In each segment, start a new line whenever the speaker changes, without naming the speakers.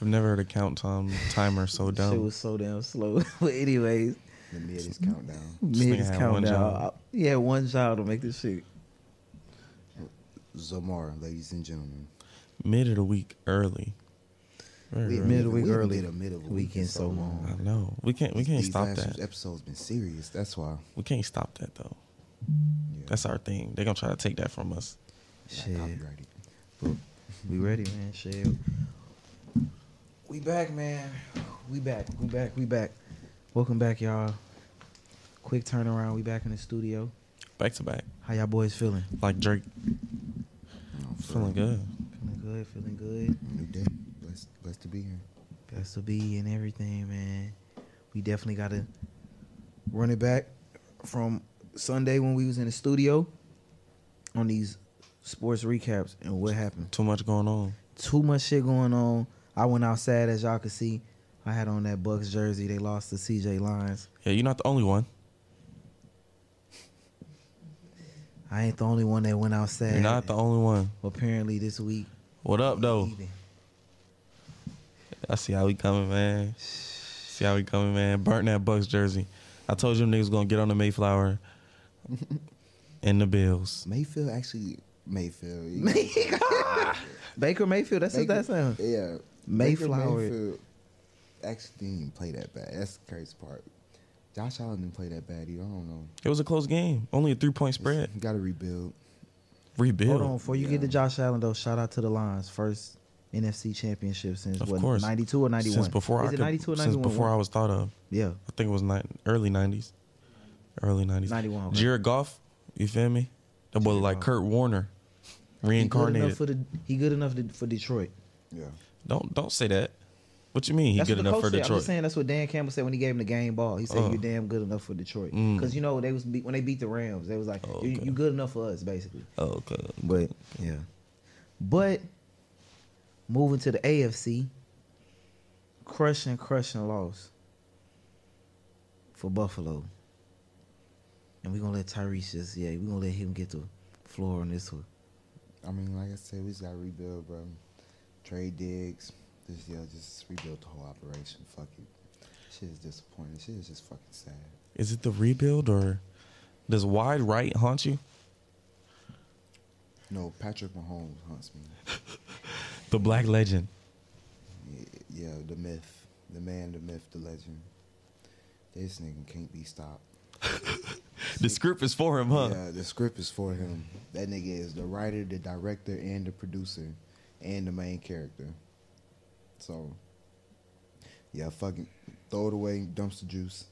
I've never heard a count time timer so
Shit
dumb.
was so damn slow. but anyways,
The mid is countdown.
nigga
niggas
had
count
one
down.
job.
Yeah, one job to make this shit.
Zamar, ladies and gentlemen.
Mid of the week early. Very
We
early.
mid of the week
we done
early.
did a mid of the
Weekend
week in
so long.
I know. We can't we can't
These
stop
last
that.
few episodes been serious. That's why.
We can't stop that though.
Yeah.
That's our thing. They're gonna try to take that from us.
Shit,
Copyrighted.
we ready, man. Shit, we back, man. We back. We back. We back. Welcome back, y'all. Quick turnaround. We back in the studio.
Back to back.
How y'all boys feeling?
Like Drake.
No, for
Feeling
real.
good.
Feeling good. Feeling good.
New day. Blessed, blessed to be here.
Best to be and everything, man. We definitely gotta run it back from Sunday when we was in the studio on these sports recaps and what happened.
Too much going on.
Too much shit going on. I went outside as y'all could see. I had on that Bucks jersey. They lost to CJ Lyons.
Yeah, you're not the only one.
I ain't the only one that went outside.
You're not the only one.
Apparently this week.
What up though?
even.
I see how we coming, man. See how we coming, man. Burnt that Bucks jersey. I told you them niggas gonna get on the Mayflower and the Bills.
Mayfield actually Mayfield. yeah.
Baker Mayfield. That's
Baker-
what that sound.
Yeah. Baker
Mayflower.
Mayfield actually didn't even play that bad. That's the crazy part. Josh Allen didn't play that bad either. I don't know.
It was a close game. Only a three point spread.
Got to rebuild.
Rebuild.
Hold on, before you
Yeah.
get to Josh Allen though, shout out to the Lions first NFC championship since
Of
what
course.
ninety two or ninety one.
Since before
is
I
it
could-
ninety two or ninety
since
one?
before I was thought of.
yeah,
I think it was nine, early nineties, early nineties.
91, okay.
Jared Goff, you feel me? That boy
Jared
look like
Goff.
Kurt Warner,
he good enough
reincarnated.
for the he good enough to, for Detroit.
Yeah.
don't don't say that. What you mean? He
that's
good
what the
enough for
coach said. I'm
Detroit?
just saying that's what Dan Campbell said when he gave him the game ball. He said
Oh.
you're damn good enough for Detroit
Mm.
because you know they was beat, when they beat the Rams they was like
Oh,
you,
okay.
you good enough for us basically.
oh, okay.
But yeah, but moving to the AFC, crushing, crushing loss for Buffalo, and we're gonna let Tyrese just yeah, we're gonna let him get the floor on this one.
I mean, like I said, we just got to rebuild, bro. Trade digs. Just, yeah, just rebuild the whole operation. Fuck it. Shit is disappointing. Shit is just fucking sad.
Is it the rebuild or does wide right haunt you?
No, Patrick Mahomes hunts me.
The black legend.
Yeah, yeah, the myth, the man, the myth, the legend. This nigga can't be stopped.
The script is for him, huh?
Yeah, the script is for him. That nigga is the writer, the director, and the producer, and the main character. So, yeah, fucking throw it away, dumpster juice,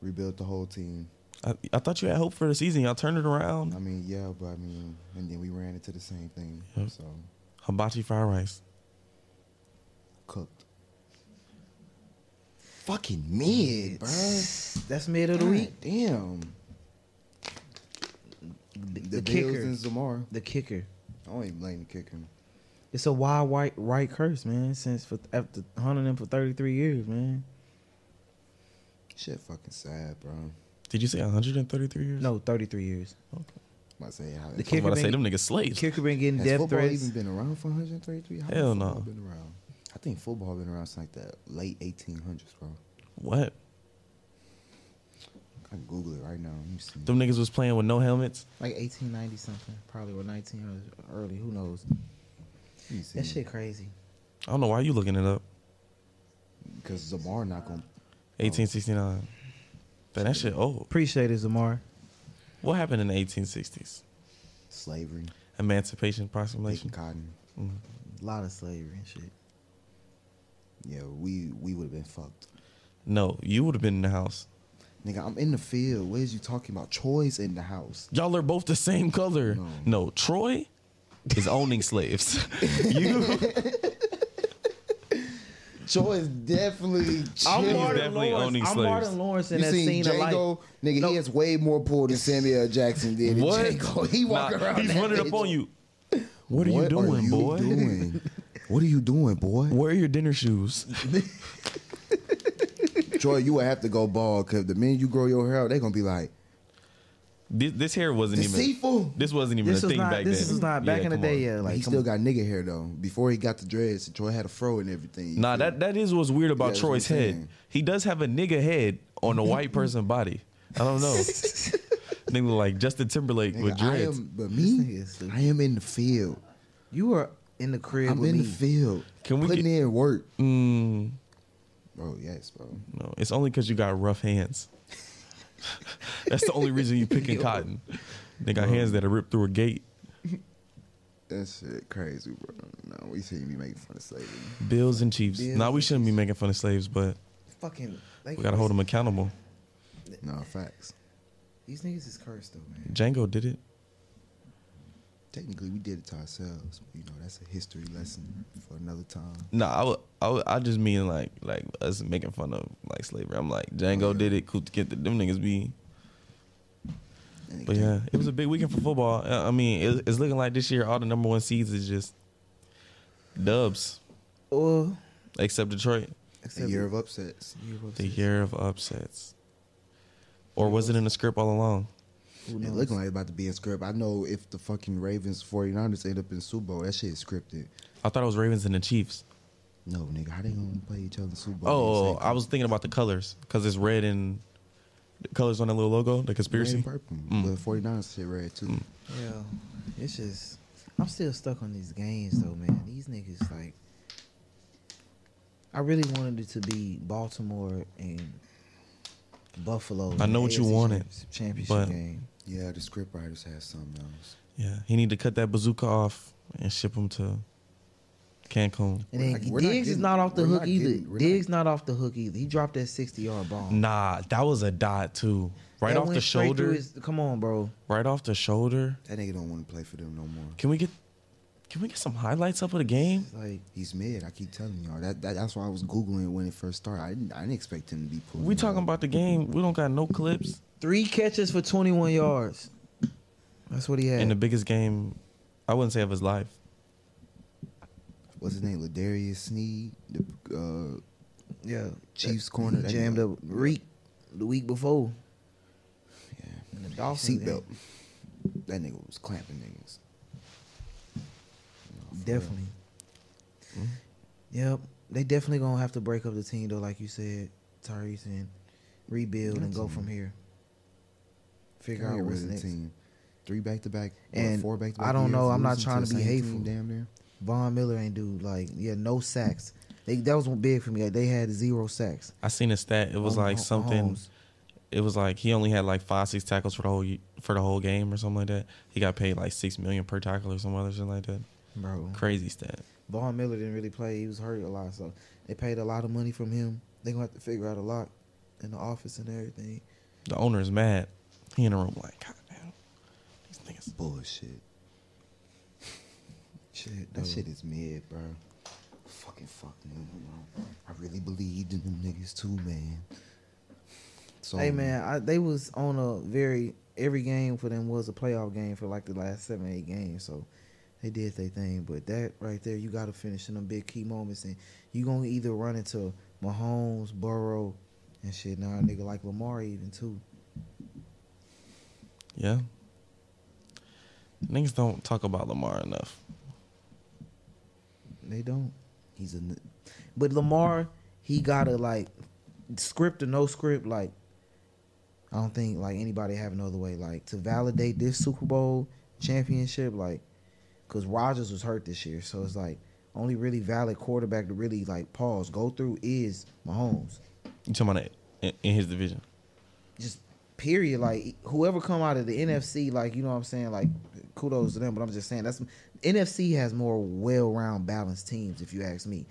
rebuild the whole team.
I, I thought you had hope for the season. Y'all turned it
I
around.
mean, yeah, but I mean, and then we ran into the same thing.
Yep.
So
Hibachi fried rice.
cooked. Fucking mid, bro.
That's mid of the week.
Damn.
The,
The,
the
Bills
kicker,
and Zamar.
the kicker.
I don't even blame the kicker.
It's a wild white right curse, man. Since for after hunting him for thirty three years, man.
Shit, fucking sad, bro.
Did you say 133 years?
No, thirty three years.
I'm about to say how
The
I was
kicker
about to say
been-
them niggas slaves.
Kicker been getting
Has
death
football
threats.
even been around for 133? How long
Hell
football
no.
Been around. I think football been around since like the late 1800s, bro.
What?
I can Google it right now. Let me see.
Them niggas was playing with no helmets.
like 1890 something, probably or 19 or early. Who knows?
Let me see.
That shit crazy.
I don't know why you looking it up.
Oh.
Because Zamar not gonna.
1869. Man, that shit old.
Appreciate it, Zamar.
What happened in the 1860s?
Slavery,
Emancipation
Making
Proclamation.
cotton.
Mhm.
A lot of slavery and shit.
Yeah, we we would have been fucked.
No, you would have been in the house.
Nigga, I'm in the field. What is you talking about? Choi's in the house.
Y'all are both the same color.
No.
No, Troy is owning slaves. you,
Choi's definitely.
I'm
chilling.
Martin definitely Lawrence- owning
I'm
slaves.
Martin Lawrence in
You
that
seen
scene of life.
Django? Nigga,
No.
he has way more pull than Samuel L. Jackson did. in
what?
Django, he
Nah,
walking around.
He's
that
running
bitch.
up on you. What are you doing,
you
boy?
doing? What are you doing, boy?
Where are your dinner shoes?
Troy, you would have to go bald because the minute you grow your hair out, they're gonna be like,
This, this hair wasn't even.
Deceitful.
This wasn't even
This
a
was
thing
not.
back
This
then.
is not back in the
come
day.
on.
Yeah, like
he
come
still
on.
got nigga hair though. Before he got the dreads, Troy had a fro and everything.
Nah, that that is what's weird about
that's what
Troy's
I'm
head.
saying.
He does have a nigga head on a white person body. I don't know. nigga look like Justin Timberlake with
Nigga, I
dreads.
am, but
This nigga
me,
is stupid.
I am in the field.
you were in the crib
I'm
with
in
me.
the field.
Can we
putting
get-
in work?
Mm,
Bro, yes, bro.
no, it's only because you got rough hands. That's the only reason you picking
Yo.
cotton. They got hands that are ripped through a gate.
That shit crazy, bro. No, we shouldn't be making fun of slavery.
Bills and Chiefs.
Bills
Nah, we
and
shouldn't be making fun of slaves, but
Fucking. Like,
we gotta hold them accountable.
No facts.
These niggas is cursed though, man.
Django did it.
Technically, we did it to ourselves. You know, that's a history lesson for another time.
No, I would- I would- I just mean like like us making fun of like slavery. I'm like Django did it. Cool to get the, them niggas be.
And
But yeah, it was a big weekend for football. Uh, I mean, it, it's looking like this year all the number one seeds is just dubs,
Or
except Detroit.
a
except
year of upsets.
year of
The
upset.
year of upsets. Or was it in the script all along?
Who
It
knows?
looking like it's about to be a script. I know if the fucking Ravens 49ers end up in Super Bowl, that shit is scripted.
I thought it was Ravens and the Chiefs.
No, nigga, how they gonna play each other in Super Bowl?
Oh, I was thinking about the colors because it's red and the colors on that little logo, the
Red
conspiracy.
and purple.
Mm.
But 49ers shit red too.
Yeah, it's just I'm still stuck on these games though, man. These niggas like I really wanted it to be Baltimore and Buffalo. in
I know
the
what you
AFC
wanted,
champs- championship
but-
game.
Yeah, the script writers had something else.
Yeah, he need to cut that bazooka off and ship him to Cancun.
And
We're
then
not- we're not
Diggs is
getting-
not off the
we're
hook
not
either.
getting- Mm, we're not-
Diggs not off the hook either. He dropped that sixty yard ball
Nah, that was a dot too. Right
That
off the
went straight through
shoulder.
his- come on, bro.
right off the shoulder.
That nigga don't want to play for them no more.
Can we get can we get some highlights up of the game?
It's Like
He's mid. I keep telling y'all that, that. That's why I was googling when it first started. I didn't. I didn't expect him to be pulling.
We
it
talking
up.
about the game. We don't got no clips
three catches for twenty one yards. That's what he had.
in the biggest game. I wouldn't say of his life.
what's his name, Ladarius Sneed, the uh,
yeah,
Chiefs corner.
He
That
jammed
nigga-
up Reek the week before.
Yeah.
in the Dolphins game.
Seatbelt. That nigga was clamping niggas. No, for
Definitely.
Mm-hmm.
Mhm.
Yep. They definitely gonna have to break up the team though, like you said, Tyrese, and rebuild and go from here.
real.
Figure
Gotta
out
get rid
what's
of the
next.
team. Three back to back
And
four back to back.
I don't know. I'm not trying to be hateful.
Damn near.
Von Miller ain't do like yeah, no sacks. They, that was one big for me. Like, they had zero sacks.
I seen a stat. It was
on-
like
on
something.
Mahomes.
It was like he only had like five, six tackles for the whole ye- for the whole game or something like that. He got paid like six million per tackle or some other shit like that.
bro.
Crazy stat.
Von Miller didn't really play. He was hurt a lot, so they paid a lot of money from him. They gonna have to figure out a lot in the office and everything.
The owner is mad. He in the room like, God damn, these niggas.
Bullshit.
Shit,
That
though.
shit is mid, bro. Fucking fuck, nigga. bro. I really believed in them niggas too, man. So
Hey man, I, they was on a very every game for them was a playoff game for like the last seven eight games, so they did their thing. But that right there, you got to finish in them big key moments, and you gonna either run into Mahomes, Burrow, and shit. Now a nigga like Lamar even too.
Yeah. Niggas don't talk about Lamar enough.
They don't.
he's a n-
But Lamar, he gotta like script or no script. Like I don't think like anybody have another way. Like to validate this Super Bowl championship, like because Rogers was hurt this year, so it's like only really valid quarterback to really like pause go through is Mahomes.
You talking about it in, in his division?
Just period. Like whoever come out of the NFC, like you know what I'm saying. Like kudos to them, but I'm just saying that's NFC has more well-round balanced teams. If you ask me,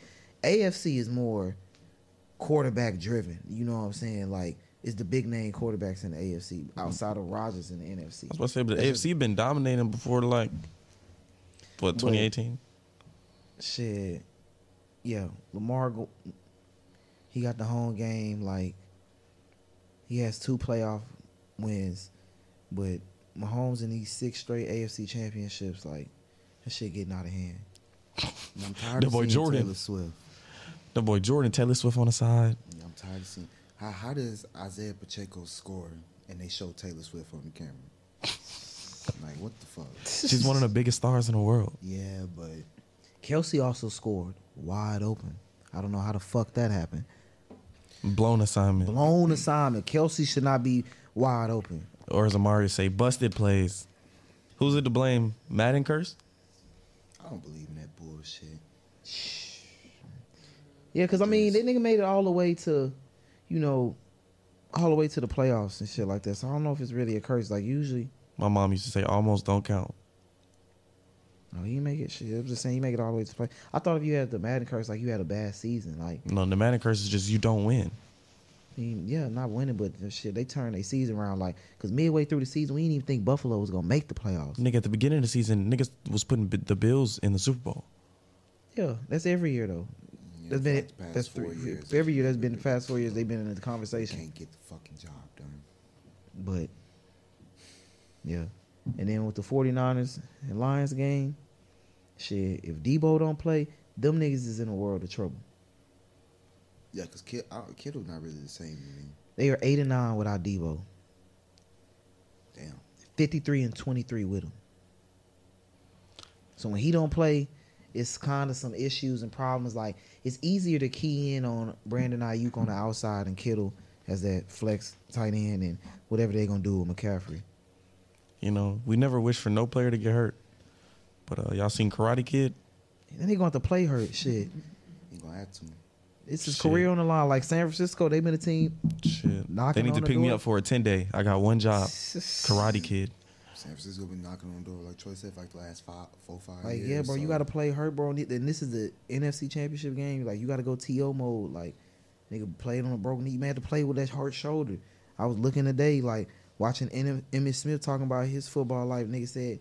AFC is more quarterback driven. You know what I'm saying? Like it's the big name quarterbacks in the AFC outside of Rodgers in the NFC.
I was about to say, but the AFC been dominating before like what 2018.
Shit, yeah, Lamar. Go, he got the home game. Like he has two playoff wins, but Mahomes in these six straight AFC championships, like that shit getting out of hand.
I'm tired
The
of
boy
seeing
Jordan.
Taylor Swift.
The boy Jordan Taylor Swift on the side.
Yeah, I'm tired of seeing how how does Isaiah Pacheco score and they show Taylor Swift on the camera? Like what the fuck?
She's one of the biggest stars in the world.
Yeah, but
Kelsey also scored wide open. I don't know how the fuck that happened.
Blown assignment.
Blown assignment. Kelsey should not be wide open.
Or as Amari say, busted plays. Who's it to blame? Madden curse?
I don't believe in that bullshit.
Yeah, because I mean, that nigga made it all the way to, you know, all the way to the playoffs and shit like that. So I don't know if it's really a curse. Like usually,
My mom used to say, almost don't count.
no, you make it shit. I'm just saying, you make it all the way to play. I thought if you had the Madden curse, like you had a bad season, like
No, the Madden curse is just you don't win.
I mean, yeah, not winning, but the shit, they turned their season around. Like, cause midway through the season, we didn't even think Buffalo was gonna make the playoffs.
Nigga, at the beginning of the season, niggas was putting bi- the Bills in the Super Bowl.
Yeah, that's every year though.
Yeah,
that's been
for the past
that's
four
three
years,
years. Every year that's been the past four years they've been in the
They
conversation.
can't get the fucking job done.
But yeah. And then with the 49ers and Lions game, shit, if Debo don't play, them niggas is in a world of trouble.
Yeah, cause Kid, I, Kittle not really the same to me.
They are eight and nine without Debo.
Damn.
Fifty three and twenty three with him. So when he don't play, it's kind of some issues and problems. Like it's easier to key in on Brandon Ayuk on the outside and Kittle as that flex tight end and whatever they're gonna do with McCaffrey.
You know, we never wish for no player to get hurt. But uh, y'all seen Karate Kid?
Then they gonna have to play hurt. Shit,
Ain't gonna have to.
it's his
Shit.
career on the line. Like San Francisco, they've been a team
Shit. they
Knocking
need
on
to
the
pick me
door.
up for a 10 day. I got one job Uh, Karate Kid.
San Francisco been knocking on the door like Troy said for like the last five, four, five
Like
years.
yeah, bro, you
so-
gotta play hurt, bro. And it- and this is the NFC Championship game. Like you gotta go to mode. Like nigga played on a broken knee. Man had to play with that hard shoulder. I was looking today, like watching N- Emmitt Smith talking about his football life. Nigga said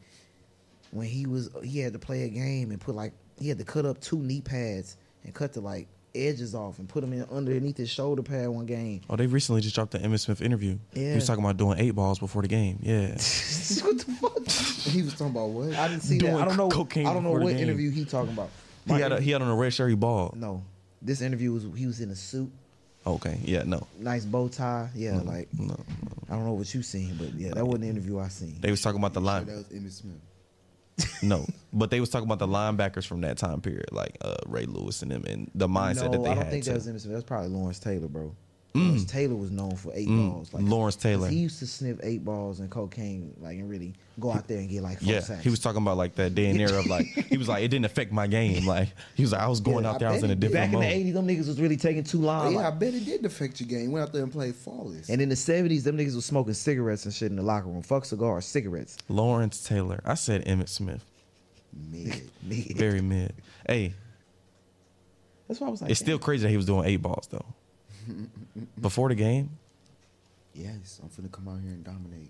when he was he had to play a game and put like he had to cut up two knee pads and cut the like edges off and put them in underneath his shoulder pad one game.
Oh, they recently just dropped the Emmitt Smith interview. He
Yeah.
was talking about doing eight balls before the game. Yeah.
what the fuck?
He was talking about what?
I didn't see
Doing
that. I don't know.
cocaine
I don't know
before the
what
game.
interview he talking about.
he,
My
had a, he had on a red shirt, he balled.
No, this interview was he was in a suit,
Okay. Yeah, no.
nice bow tie. Yeah, like
No.
I don't know what you seen, but yeah, that wasn't the interview I seen.
They was talking about the
You sure
line.
That was Emmitt Smith.
No, but they was talking about the linebackers from that time period, like uh, Ray Lewis and them, and the mindset that
no,
they
I don't
had.
think
to-
that was him. That's probably Lawrence Taylor, bro. Lawrence Taylor was known for eight
Mm,
balls.
Lawrence
'cause
Taylor.
He used to sniff eight balls and cocaine, like and really go out there and get like four
yeah,
sacks.
he was talking about like that day and era of like he was like it didn't affect my game. Like he was like I was going
Yeah,
out there, I,
I
was in a
bet he did.
different
back
mode.
in the '80s. Them niggas was really taking too
Oh,
long.
yeah, I
like-
bet it did affect your game. Went out there and played flawless.
and in the '70s, them niggas was smoking cigarettes and shit in the locker room. Fuck cigars, cigarettes.
Lawrence Taylor, I said Emmett Smith,
Mid.
Nigga.
very mid. Hey,
That's why I was like,
it's still crazy that he was doing eight balls though. Before the game,
Yes, I'm finna come out here and dominate.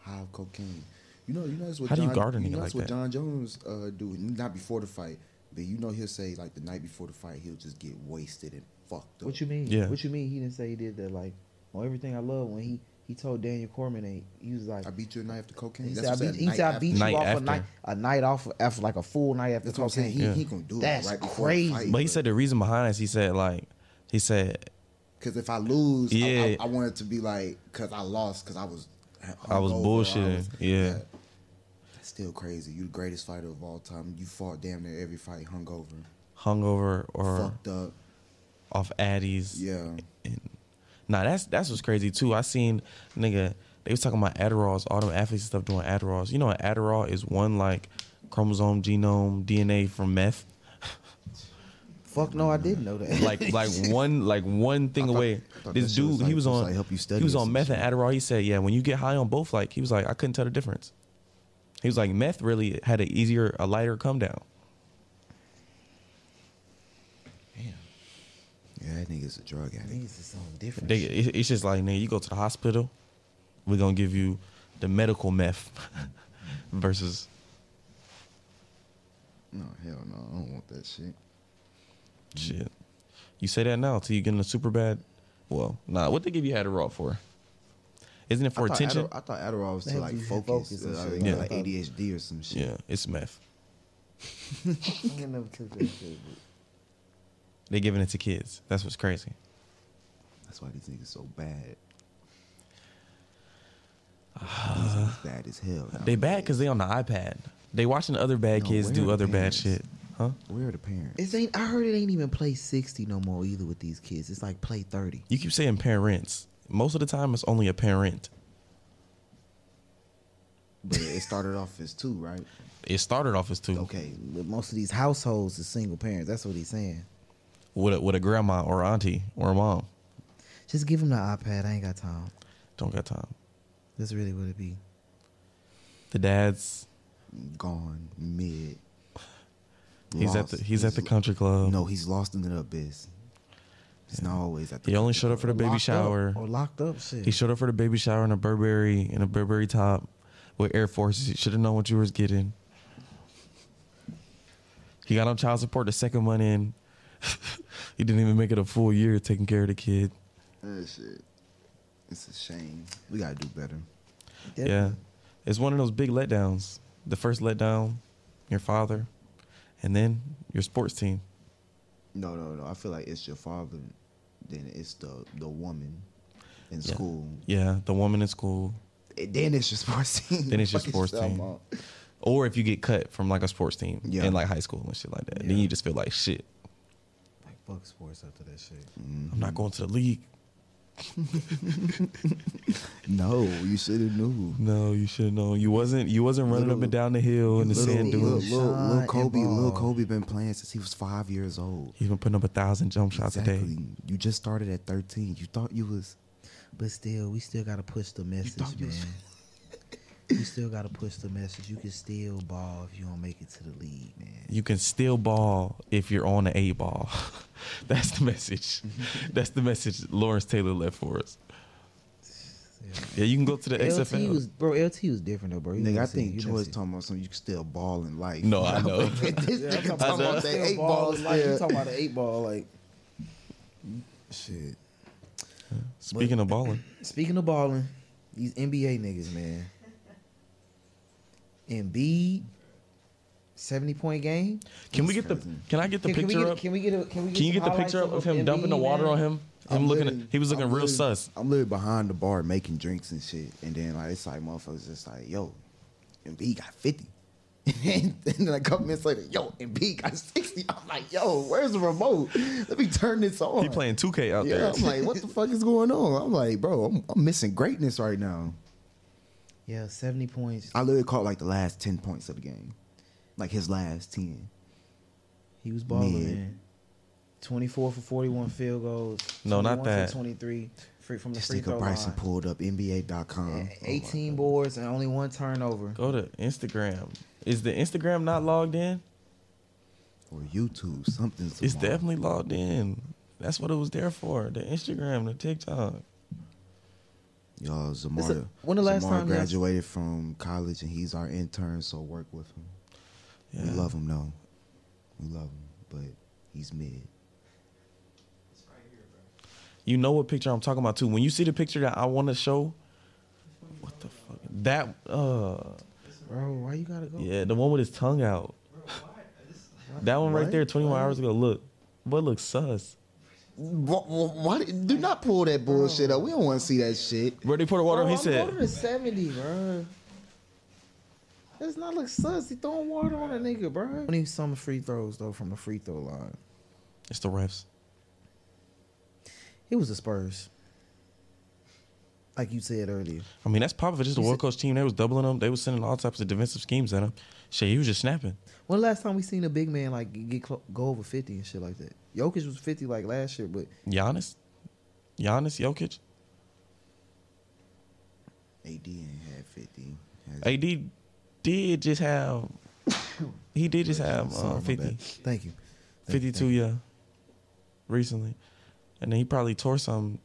High of cocaine. You know, you know that's what
How do
John,
you guard a nigga
know
like
that's what
that?
John Jones uh, do. Not before the fight, but you know he'll say like the night before the fight he'll just get wasted and fucked up.
What you mean?
Yeah.
What you mean? He didn't say he did that. Like on everything I love, when he he told Daniel Cormier, that he was like,
I beat you a night after cocaine.
he
That's
said, I
what
beat,
said,
he
night
said, I
after-
beat you
Night
off
after.
a night a night off after like a full night after
That's what I'm saying. He,
Yeah.
he gonna do
That's
it right before
crazy.
the fight.
but he said the reason behind this, he said like he said
Because if I lose, I-
Yeah.
I, I, want it to be like, because I lost, because I was,
I was
hungover,
bullshitting, yeah.
That's still crazy. You the greatest fighter of all time. You fought damn near every fight hungover,
hungover or
fucked up.
off Addies.
Yeah,
And, nah, that's that's what's crazy too. I seen nigga they was talking about Adderalls, all them athletes and stuff doing Adderalls. You know, an Adderall is one like chromosome, genome, DNA from meth.
Fuck no, I didn't know that.
Like like one like one thing
I thought-
away.
I thought
This
that shit
dude,
was
he was
like- was
on
like help you study
he was
or
on
some
meth and Adderall. He said, yeah, when you get high on both, like he was like, I couldn't tell the difference. He was like, meth really had an easier, a lighter come down.
yeah. That nigga's a drug addict.
Niggas is something different.
They, it- it's just like, nigga, you go to the hospital, we're gonna give you the medical meth versus
No, hell no, I don't want that shit.
Shit. You say that now till you get in a super bad. Well, nah. What they give you Adderall for? Isn't it for
I thought
attention?
Adder- I thought Adderall was
They
to
have
like
you
focus,
focus and
uh,
shit.
like,
Yeah.
like ADHD or some shit.
yeah, it's meth.
I never took that shit.
They giving it to kids. That's what's crazy.
That's why these niggas so bad. These is bad as hell.
They bad because they on the iPad. They watching the other bad
Oh, No,
kids
where
do
the
other bad
parents?
shit. Huh?
Where are the parents?
It ain't. I heard it ain't even play sixty no more either with these kids. It's like play thirty.
You keep saying parents. Most of the time, it's only a parent.
But it started off as two, right?
It started off as two
Okay, but most of these households is single parents. That's what he's saying.
with a, with a grandma or auntie or a mom.
Just give him the iPad. I ain't got time.
Don't got time.
That's really what it be.
The dad's
Gone mid.
he's at
Lost.
the he's at the country club.
No, he's lost in the abyss. He's not always at the.
He only showed up for the baby
Locked up Oh,
shower.
or locked up shit.
He showed up for the baby shower in a Burberry in a Burberry top with Air Forces. He should have known what you was getting. He got on child support the second month in. he didn't even make it a full year taking care of the kid.
That shit. It's a shame. We gotta do better.
Yeah. It's one of those big letdowns. The first letdown, your father, and then your sports team.
No, no, no. I feel like it's your father, then it's the the woman in
Yeah.
school.
Yeah, the woman in school.
And then it's your sports team.
Then it's your
Fucking
sports
sell 'em
team.
out.
Or if you get cut from like a sports team
Yeah.
in like high school and shit like that, then
Yeah.
you just feel like shit.
Like fuck sports after that shit.
Mm.
I'm not going to the league.
No, you should have knew.
No, you should know. You wasn't. You wasn't running up
Little-
and down the hill in the
Little,
sand
dude.
little,
dunes.
little, little
Shot
Kobe, little
involved.
Kobe been playing since he was five years old.
He's been putting up a thousand jump shots a day.
Exactly. You just started at thirteen. You thought you was
But still, we still gotta push the message,
thought you
man.
was-
we still gotta push the message. You can still ball if you don't make it to the league, man.
You can still ball if you're on the eight ball. That's the message. That's the message Lawrence Taylor left for us. Yeah, you can go to the
LT
XFL.
was bro. LT was different though, bro. You
Nigga,
never
I
seen-
think
you never
George
seen-
talking about something you can still ball in life.
No, I know.
this nigga
I'm
talking about that eight ball
like you
still.
talking about the eight ball, like shit.
Speaking of balling,
Speaking of balling, these NBA niggas, man. Embiid, seventy point game.
can we get the?
crazy.
Can I get the
can,
picture
we get,
up?
Can we get a? Can we get
Can you get the
some
picture up
highlights
of him dumping the
Embiid,
water
man?
on him? Him
I'm
looking.
literally-
at- He was looking
I'm
real
literally-
sus.
I'm literally behind the bar making drinks and shit, and then like it's like motherfuckers just like, yo, MB got fifty, and then like a couple minutes later, yo, MB got sixty. I'm like, yo, where's the remote? Let me turn this on.
He playing 2K out
Yeah,
there.
I'm like, what the fuck is going on? I'm like, bro, I'm, I'm missing greatness right now.
Yeah, seventy points.
I literally caught like the last ten points of the game, like his last ten.
He was balling,
Mid.
man. Twenty four for forty one field goals.
No, not
21 for
that.
Twenty three free from the
This
free
nigga
throw
Bryson
line.
pulled up Oh NBA.com.
Yeah, Eighteen boards and only one turnover.
Go to Instagram. Is the Instagram not logged in?
or YouTube, something.
It's
tomorrow.
definitely logged in. That's what it was there for. The Instagram, the TikTok.
Y'all,
This
Zamar.
a- when the last
Zamar
time y'all-
graduated from college and he's our intern, so work with him.
Yeah.
We love him, though. We love him, but he's mid.
You know what picture I'm talking about too. When you see the picture that I want to show, what the fuck? That uh
Bro, why you gotta go?
yeah, the one with his tongue out. that one right
What?
there, 21 hours ago. Look, boy, looks sus.
Why, do not pull that bullshit up. We don't want to see that shit.
Bro, they put the water
Bro,
on. He
I'm older
said,
than seventy, bro. That does not look sus. He throwing water on a nigga, bro. Need some free throws though from the free throw line.
"It's the refs."
It was the Spurs, like you said earlier.
I mean, that's Popovich. Just the
He
World Coach team. They was doubling him. They was sending all types of defensive schemes at him. Shit, he was just snapping.
When the last time we seen a big man like get clo- go over fifty and shit like that? Jokic was fifty like last year, but
Giannis, Giannis, Jokic,
AD ain't had 50. Has-
AD did just have. He did just have
Sorry,
uh,
my
50.
bad.
thank you. Thank you,
52 yeah recently and then he probably tore some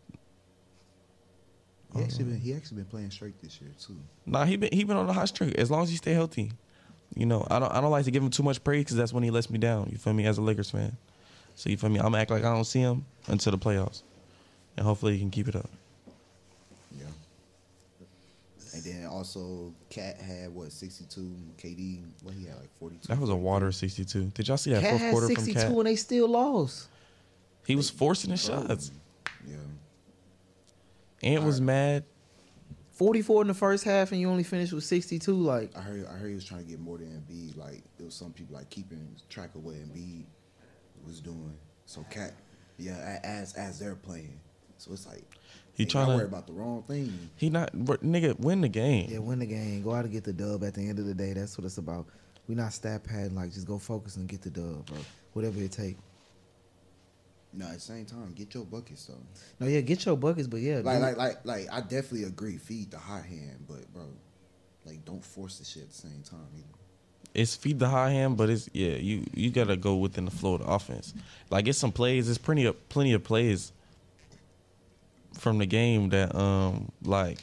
Uh-huh.
He actually been he actually been playing straight this year too.
nah he been he been on a hot streak as long as he stay healthy you know i don't i don't like to give him too much praise because that's when he lets me down you feel me as a lakers fan so you feel me i'm gonna act like i don't see him until the playoffs and hopefully he can keep it up
Yeah. And then also Cat had what 62 KD what he had like 42.
that was a water 62 did y'all see that
Cat
fourth
had
quarter from
sixty
cat
two and they still lost.
he
Oh.
Um,
was forcing his shots
Yeah.
ant was mad
44 in the first half and you only finished with 62. Like,
I heard I heard he was trying to get more than Embiid. Like it was some people like keeping track of what Embiid was doing. So Cat, yeah, a- as as they're playing, so it's like
He
hey,
tryna-
y'all worry about the wrong thing.
He not bro, nigga win the game.
yeah, win the game. Go out and get the dub at the end of the day. That's what it's about. we not stat padding. Like, just go focus and get the dub, bro. Whatever it take.
No, at the same time, get your buckets though.
No, yeah, get your buckets, but yeah.
Like
do-
like like like I definitely agree. Feed the hot hand, but bro, like don't force the shit at the same time either.
It's feed the high hand, but it's yeah. You you gotta go within the flow of the offense. Like it's some plays. There's plenty of plenty of plays from the game that um like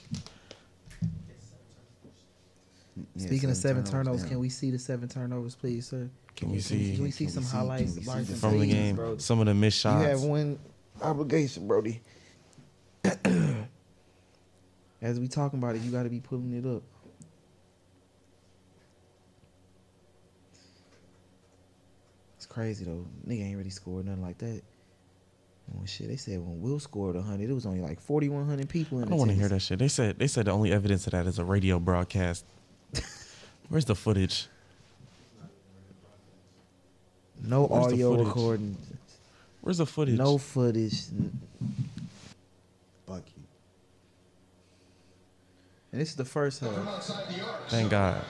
Yeah,
Speaking of seven turnovers,
down.
can we see the seven turnovers, please, sir?
can we
Can
see
we see
Can
some
we see-
highlights
can we
Larson,
see the
from the
please,
game
bro?
some of the missed
You
shots?
have one obligation, Brody. As we talking about it, you got to be pulling it up. It's crazy though. Nigga ain't really scored nothing like that. Well, shit, they said when Will scored hundred, it was only like forty one hundred people. In
I don't want to hear that shit. They said they said the only evidence of that is a radio broadcast. Where's the footage?
No
Where's the
audio
footage?
recording,
Where's the footage?
no footage, n-
Bucky.
and this is the first half.
Thank God.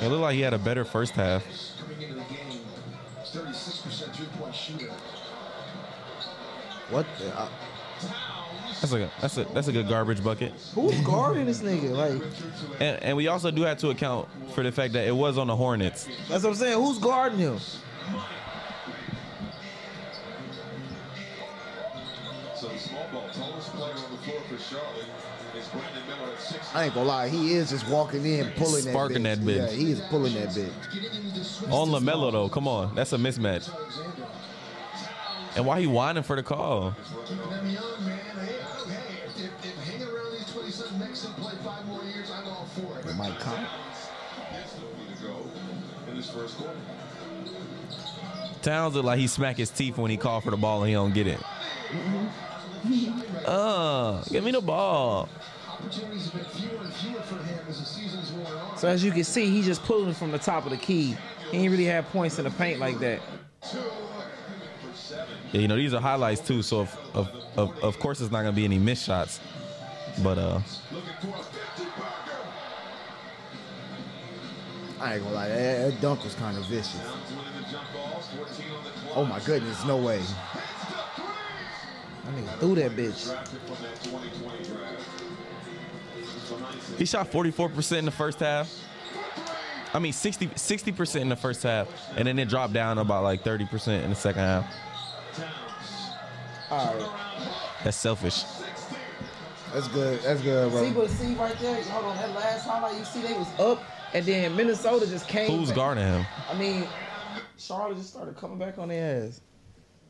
It looked like he had a better first half.
Coming into the game, 36% three-point shooter.
What? The,
That's a that's a that's a good garbage bucket.
who's guarding this nigga? Like.
And and we also do have to account for the fact that it was on the Hornets.
That's what I'm saying. Who's guarding him?
So the small ball, tallest player on the floor for Charlotte is Brandon Miller at six.
I ain't gonna lie, he is just walking in, pulling
Sparking
that
that
bitch.
bitch.
Yeah, he is pulling that bitch.
On Lamelo though, come on, that's a mismatch. And why he whining for the call?
Keeping them young, man. Hey, I don't, hey, if, if, if hanging around these 27 Knicks and play five more years, I'm all for it.
It might count.
There's no way to go in this first quarter.
Towns look like he smack his teeth when he called for the ball and he don't get it. Uh, give me the ball.
Opportunities have been fewer and fewer for him as the season's worn on.
So as you can see, he's just pulling from the top of the key. He ain't really had points in the paint like that.
Yeah, you know these are highlights too, so of of, of, of course it's not gonna be any missed shots. But uh,
Looking for a 50 burger.
I ain't gonna lie, that, that dunk was kind of vicious.
Towns winning the jump balls, 14 on the clock.
Oh my goodness, no way.
Hits the three.
I nigga threw that bitch.
Drafted from that 2020 draft. Behind six.
he shot 44% in the first half. I mean 60 percent in the first half, and then it dropped down about like 30% in the second half.
All right.
That's selfish.
That's good. That's good,
See,
bro.
but see right there. Hold on, that last highlight you see, they was up, and then Minnesota just came.
Who's
back.
guarding him?
I mean, Charlotte just started coming back on their ass.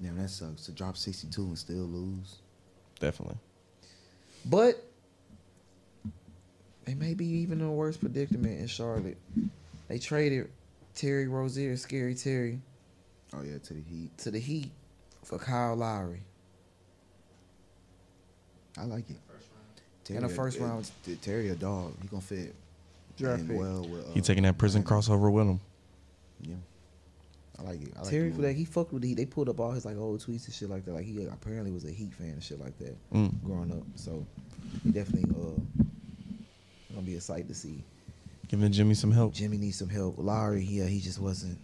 Damn, that sucks to drop 62 and still lose.
Definitely.
But they may be even in a worse predicament in Charlotte. They traded Terry Rozier, Scary Terry,
Oh yeah, to the Heat.
to the Heat for Kyle Lowry.
I like it. Terry,
And the first
uh,
round.
T- Terry a dog. He gonna fit
Draft
in
pick.
well with. Uh,
He taking that prison crossover with him.
Yeah, I like it. I like
Terry
the
for that
move.
he fucked with the Heat. They pulled up all his like old tweets and shit like that. Like he apparently was a Heat fan and shit like that
Mm.
growing up. So he definitely uh gonna be a sight to see.
Giving Jimmy some help.
Jimmy needs some help. Lowry, yeah, he just wasn't.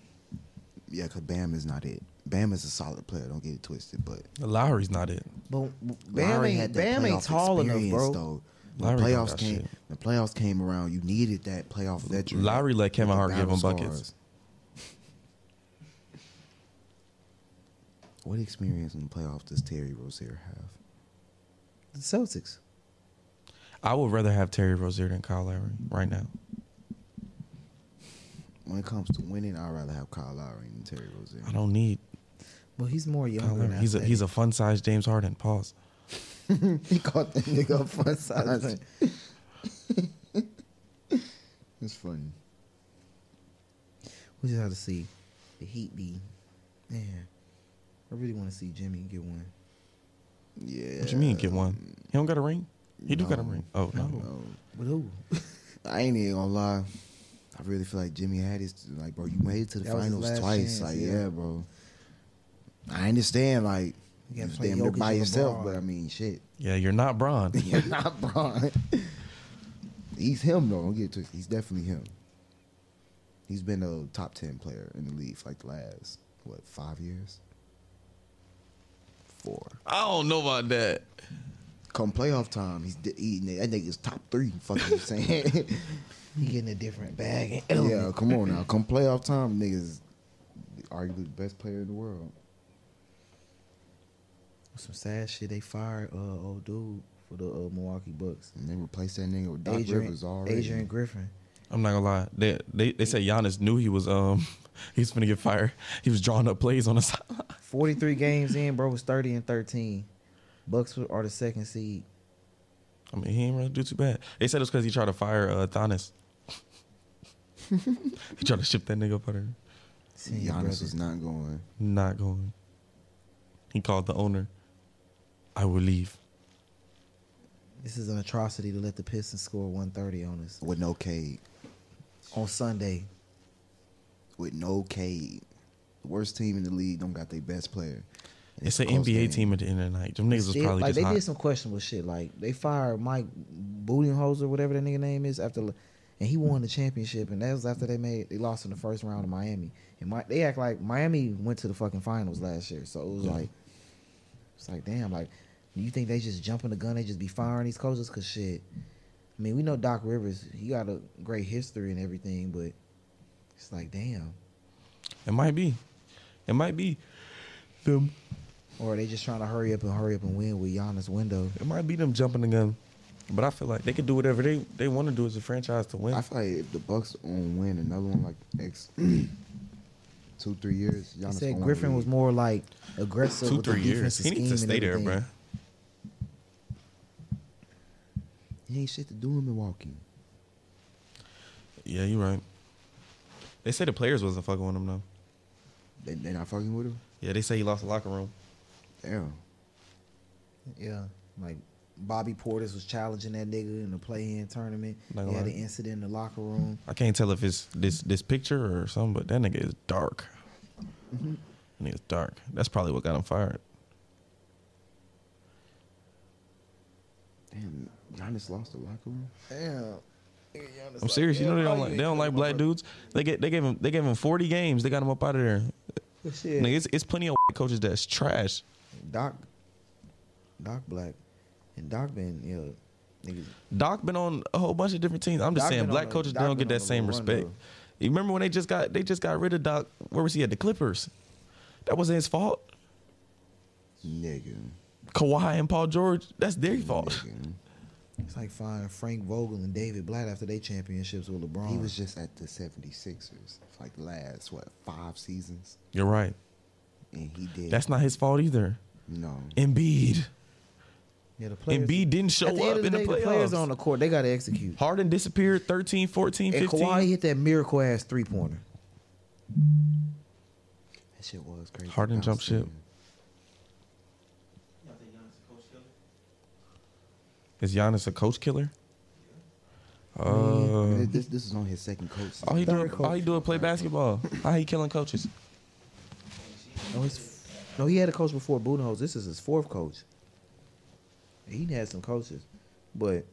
Yeah, cause Bam is not it. Bam is a solid player. Don't get it twisted, but
Lowry's not it.
But Bam
Lowry
ain't
had that
Bam ain't
playoff
tall enough,
experience,
bro.
Though. When
Lowry
the
don't
playoffs
got
came,
shit.
when the playoffs came around. You needed that playoff veteran.
Lowry let Kevin
with the
Hart give
battle
him buckets.
scars. What experience in the playoffs does Terry Rozier have?
The Celtics.
I would rather have Terry Rozier than Kyle Lowry right now.
When it comes to winning, I'd rather have Kyle Lowry than Terry Rozier.
I don't need
Well, he's more
Kyle
younger.
Lowry. Uh-huh. He's a he's a fun sized James Harden. Pause.
he caught that nigga up front size. it's funny.
We just have to see the Heat be. Man, I really want to see Jimmy get one.
Yeah.
What you mean get one? He don't got a ring. He do got a ring. Oh no.
No.
With who?
I ain't even gonna lie. I really feel like Jimmy had his like, bro. You made it to the
That was his
finals
last
twice.
chance,
like,
yeah.
yeah. bro. I understand. Like,
You
you
gotta
was
play
damn near
Jokic
by
and
yourself,
LeBron.
but I mean, shit.
Yeah, you're not Bron.
You're not Bron. He's him though. Don't get it twisted. He's definitely him. He's been a top ten player in the league for like the last what five years. Four.
I don't know about that.
Come playoff time, he's di- he, that nigga's top three. Fucking saying.
He getting a different bag and element.
yeah, come on now. Come playoff time, niggas arguably the best player in the world.
Some sad shit. They fired uh, old dude for the uh, Milwaukee Bucks.
And they replaced that nigga with Doc
Adrian,
Rivers already.
Adrian Griffin.
I'm not gonna lie. They they, they said Giannis knew he was um he was gonna get fired. He was drawing up plays on the sideline.
43 games in, bro, was 30 and 13. Bucks are the second seed.
I mean, he ain't really do too bad. They said it's because he tried to fire uh, Thonis. he tried to ship that nigga up under.
Seeing your
Giannis
brother.
is not going.
Not going. He called the owner. I will leave.
This is an atrocity to let the Pistons score 130 on us
With no Cade.
on Sunday.
With no Cade. The worst team in the league don't got their best player. And
It's
a
an
close
NBA
game.
team at the end of the night. Them niggas was
They-
probably
like
just
they
hot.
did some questionable shit. Like they fired Mike Budenholzer, whatever that nigga name is, after, and he won the championship. And that was after they made they lost in the first round to Miami. And my, they act like Miami went to the fucking finals last year. So it was like, it's like damn. Like you think they just jumping the gun? They just be firing these coaches? Cause shit. I mean, we know Doc Rivers. He got a great history and everything, but it's like damn.
It might be. It might be. Them.
Or are they just trying to hurry up and hurry up and win with Giannis window?
It might be them jumping the gun. But I feel like they could do whatever they, they want to do as a franchise to win.
I feel like if the Bucks on win another one like next two three years,
He
Giannis
said
gonna
Griffin
leave.
was more like aggressive.
Two
with the
three years.
defensive
He needs to
scheme
stay
and
there,
everything.
bruh.
He ain't shit to do in Milwaukee.
Yeah, you right. They say the players wasn't fucking with him though.
They, they not fucking with him.
Yeah, they say he lost the locker room.
Damn.
Yeah, like Bobby Portis was challenging that nigga in the play-in tournament.
Not
He had
gonna
an incident in the locker room.
I can't tell if it's this this picture or something, but that nigga is dark.
Mm-hmm.
That nigga's dark. That's probably what got him fired.
Damn. Giannis lost the locker room.
Damn.
I'm serious. You know they don't like they don't like black dudes. They get they gave him they gave him 40 games. They got him up out of there.
Shit.
Nigga, it's, it's plenty of coaches that's trash.
Doc, Doc Black, and Doc been yeah, niggas.
Doc been on a whole bunch of different teams. I'm just
Doc
saying,
been
black
on a-
coaches they
Doc
don't
been
get that
on a
same
little run,
respect. You remember when they just got they just got rid of Doc? Where was he at? The Clippers. That wasn't his fault.
Nigga.
Kawhi and Paul George. That's their fault.
Nigga.
It's like firing Frank Vogel and David Blatt after they championships with LeBron.
He was just at the 76ers for like the last what five seasons,
You're right.
and he did
That's not his fault either.
no.
Embiid.
yeah, the players.
Embiid didn't show
At the end
up
of
in the
the day, the players on
playoffs.
the court, they got to execute.
Harden disappeared 13, 14,
And
15.
Kawhi hit that miracle ass three pointer.
That shit was crazy.
Harden
Bounced
jumped ship.
in.
Is Giannis a coach killer?
I
Uh,
mean, this this is on his second coach.
all he do,
Third
all he do is play basketball. How he killing coaches?
No, his, no, he had a coach before Budenholz. This is his fourth coach. He had some coaches, but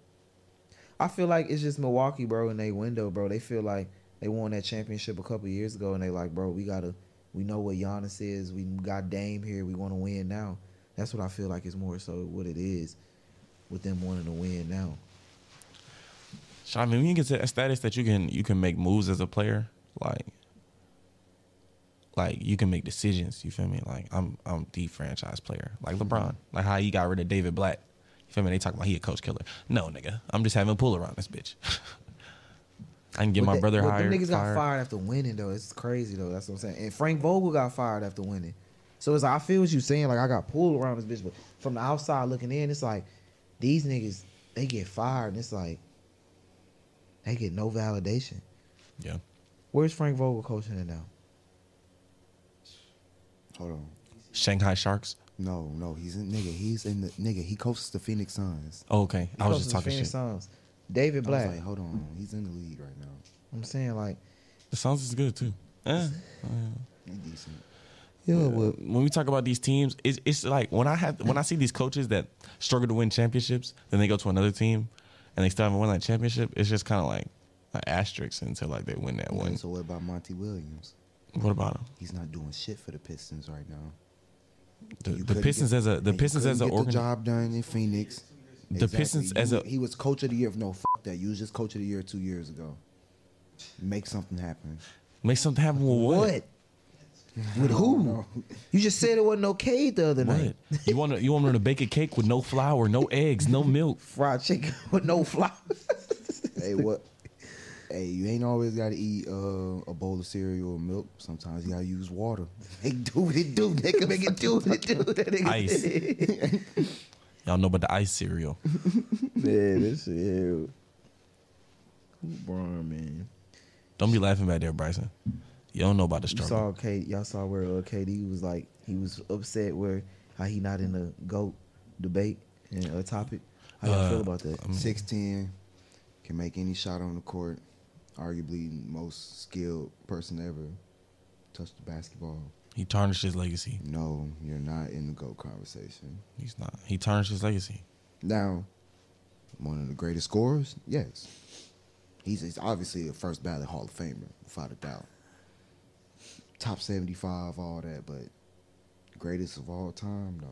I feel like it's just Milwaukee, bro, in their window, bro. They feel like they won that championship a couple years ago, and they like, bro, we gotta, we know what Giannis is. We got Dame here. We want to win now. That's what I feel like is more so what it is with them wanting to win now.
I mean, when you get to that status that you can you can make moves as a player, like like you can make decisions. You feel me? Like I'm I'm the franchise player, like LeBron, like how he got rid of David Black. You feel me? They talk about he a coach killer. No, nigga, I'm just having a pull around this bitch. I can get
But
my
that-
brother
but
hired.
Them niggas
fired.
got fired after winning though. It's crazy though. That's what I'm saying. And Frank Vogel got fired after winning. So it's like I feel what you saying. Like I got pulled around this bitch, but from the outside looking in, it's like these niggas they get fired, and it's like they get no validation.
Yeah,
Where's Frank Vogel coaching it now?
Hold on.
Shanghai Sharks.
No, no, he's in nigga. He's in the nigga. He coaches the Phoenix Suns.
Oh, okay, I was just talking shit.
Songs. David
I was
Black.
like, hold on, he's in the league right now.
I'm saying like
The Suns is good too. Eh.
He's decent.
yeah, well,
When we talk about these teams, it's, it's like when I have when I see these coaches that struggle to win championships, then they go to another team and they still haven't won that championship. It's just kind of like an asterisk until like they win that one.
So what about Monty Williams?
What about them?
He's not doing shit for the Pistons right now.
The,
You
the
couldn't
Pistons
get-
as a the
and you
Pistons
couldn't
as an
get the
organization.
job done in Phoenix.
The Pistons
You-
as a-
he was coach of the year. No, fuck that. You was just coach of the year two years ago. Make something happen.
Make something happen with what?
what? With who? You just said it wasn't okay the other
What?
night.
you want to you want them to bake a cake with no flour, no eggs, no milk.
Fried chicken with no flowers.
hey, what? Hey, you ain't always got to eat uh, a bowl of cereal or milk. Sometimes you gotta use water. Hey, do what it do, nigga. Make it do what it do. That nigga.
Ice. Y'all know about the ice cereal.
Yeah, this shit. Who Braun, man?
Don't be laughing back there, Bryson. You don't know about the
You
struggle.
saw K. Y'all saw where uh, KD was like he was upset where how he not in the goat debate and a topic. How y'all
Uh,
feel about that?
Six ten can make any shot on the court. Arguably most skilled person ever touch the basketball.
He tarnished his legacy.
No, you're not in the GOAT conversation.
He's not. He tarnished his legacy.
Now, one of the greatest scorers, yes. He's, he's obviously a first ballot Hall of Famer, without a doubt. Top 75, all that, but greatest of all time, no.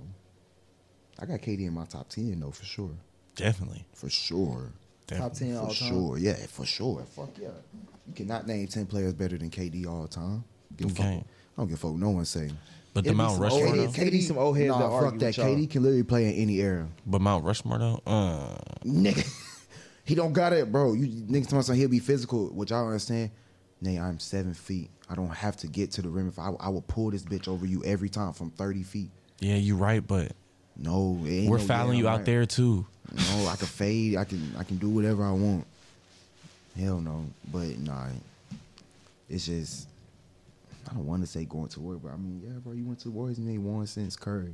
I got KD in my top 10, though, for sure.
Definitely.
For sure.
Top
Definitely.
ten
For
all time.
sure. Yeah, for sure. Fuck yeah. You cannot name 10 players better than KD all time. Give a
You
fuck.
can't.
I don't give a fuck. what No one say.
But the
It'd be
Mount
some
Rushmore,
old
though,
heads. KD some old heads
nah,
that
fuck
argue
that.
with y'all.
KD can literally play in any era.
but Mount Rushmore though, uh,
nigga. He don't got it, bro. You niggas talking about he'll be physical, which I don't understand. Nay, I'm seven feet. I don't have to get to the rim. If I, I will pull this bitch over you every time from thirty feet.
yeah, you're right. But
No, it ain't
we're
no yeah,
fouling you
I'm
out
right.
there too.
No, I can fade. I can I can do whatever I want. Hell no, but nah, it's just I don't want to say going to war, but I mean yeah, bro, you went to Warriors and they won since Curry,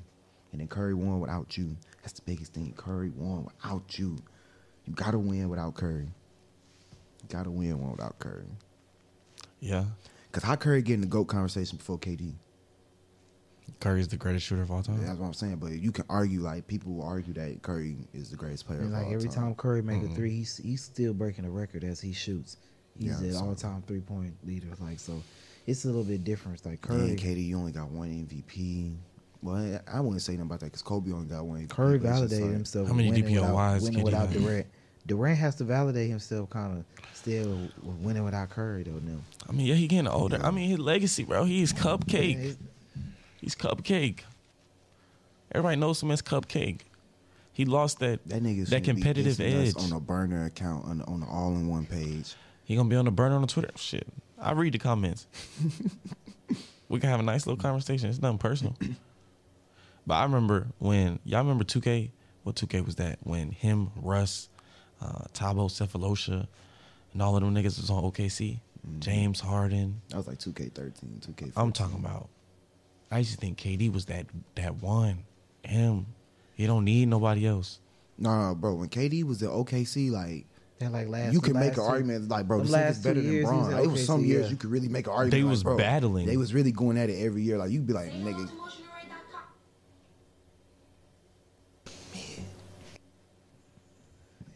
and then Curry won without you. That's the biggest thing. Curry won without you. You gotta win without Curry. You gotta win one without Curry.
Yeah,
Cause how Curry get in the goat conversation before KD?
Curry's the greatest shooter of all time.
That's what I'm saying. But you can argue like people will argue that Curry is the greatest player.
And
of
like
all
every
time.
time Curry make a three, he's he's still breaking the record as he shoots. He's
Yeah,
an
so-
all time three point leader. Like so, it's a little bit different. Like Curry,
Curry. KD, you only got one MVP. Well, I, I wouldn't say nothing about that because Kobe only got one. MVP,
Curry
but it's just
validated
like-
himself.
How many
winning
DPOYs
without,
can
winning
he
without
have?
Durant? Durant has to validate himself, kind of still with winning without Curry though. Now,
I mean, yeah, he getting older. I mean, his legacy, bro. He's
Yeah,
cupcake.
it's-
He's cupcake. Everybody knows him as cupcake. He lost that
That nigga
that competitive edge.
on a burner account on, on the all in one page.
He gonna be on the burner on the Twitter. Shit, I read the comments. we can have a nice little conversation. It's nothing personal. but I remember when y'all remember 2K. What 2K was that? When him, Russ, uh, Tabo Cephalosha, and all of them niggas was on OKC.
Mm-hmm.
James Harden.
That was like 2K13, 2K.
Um,
I'm talking about. I used to think KD was that that one. Him. He don't need nobody else.
Nah, bro. When KD was at OKC, like
that like last,
you can
the
make
last
an
two-
argument like, bro,
the
this
last
nigga's better
two
than
years he was
Bron.
at
Like, it was
OKC,
some years
yeah.
you could really make an argument.
They
like,
was
bro,
battling.
They was really going at it every year. Like you'd be like, nigga,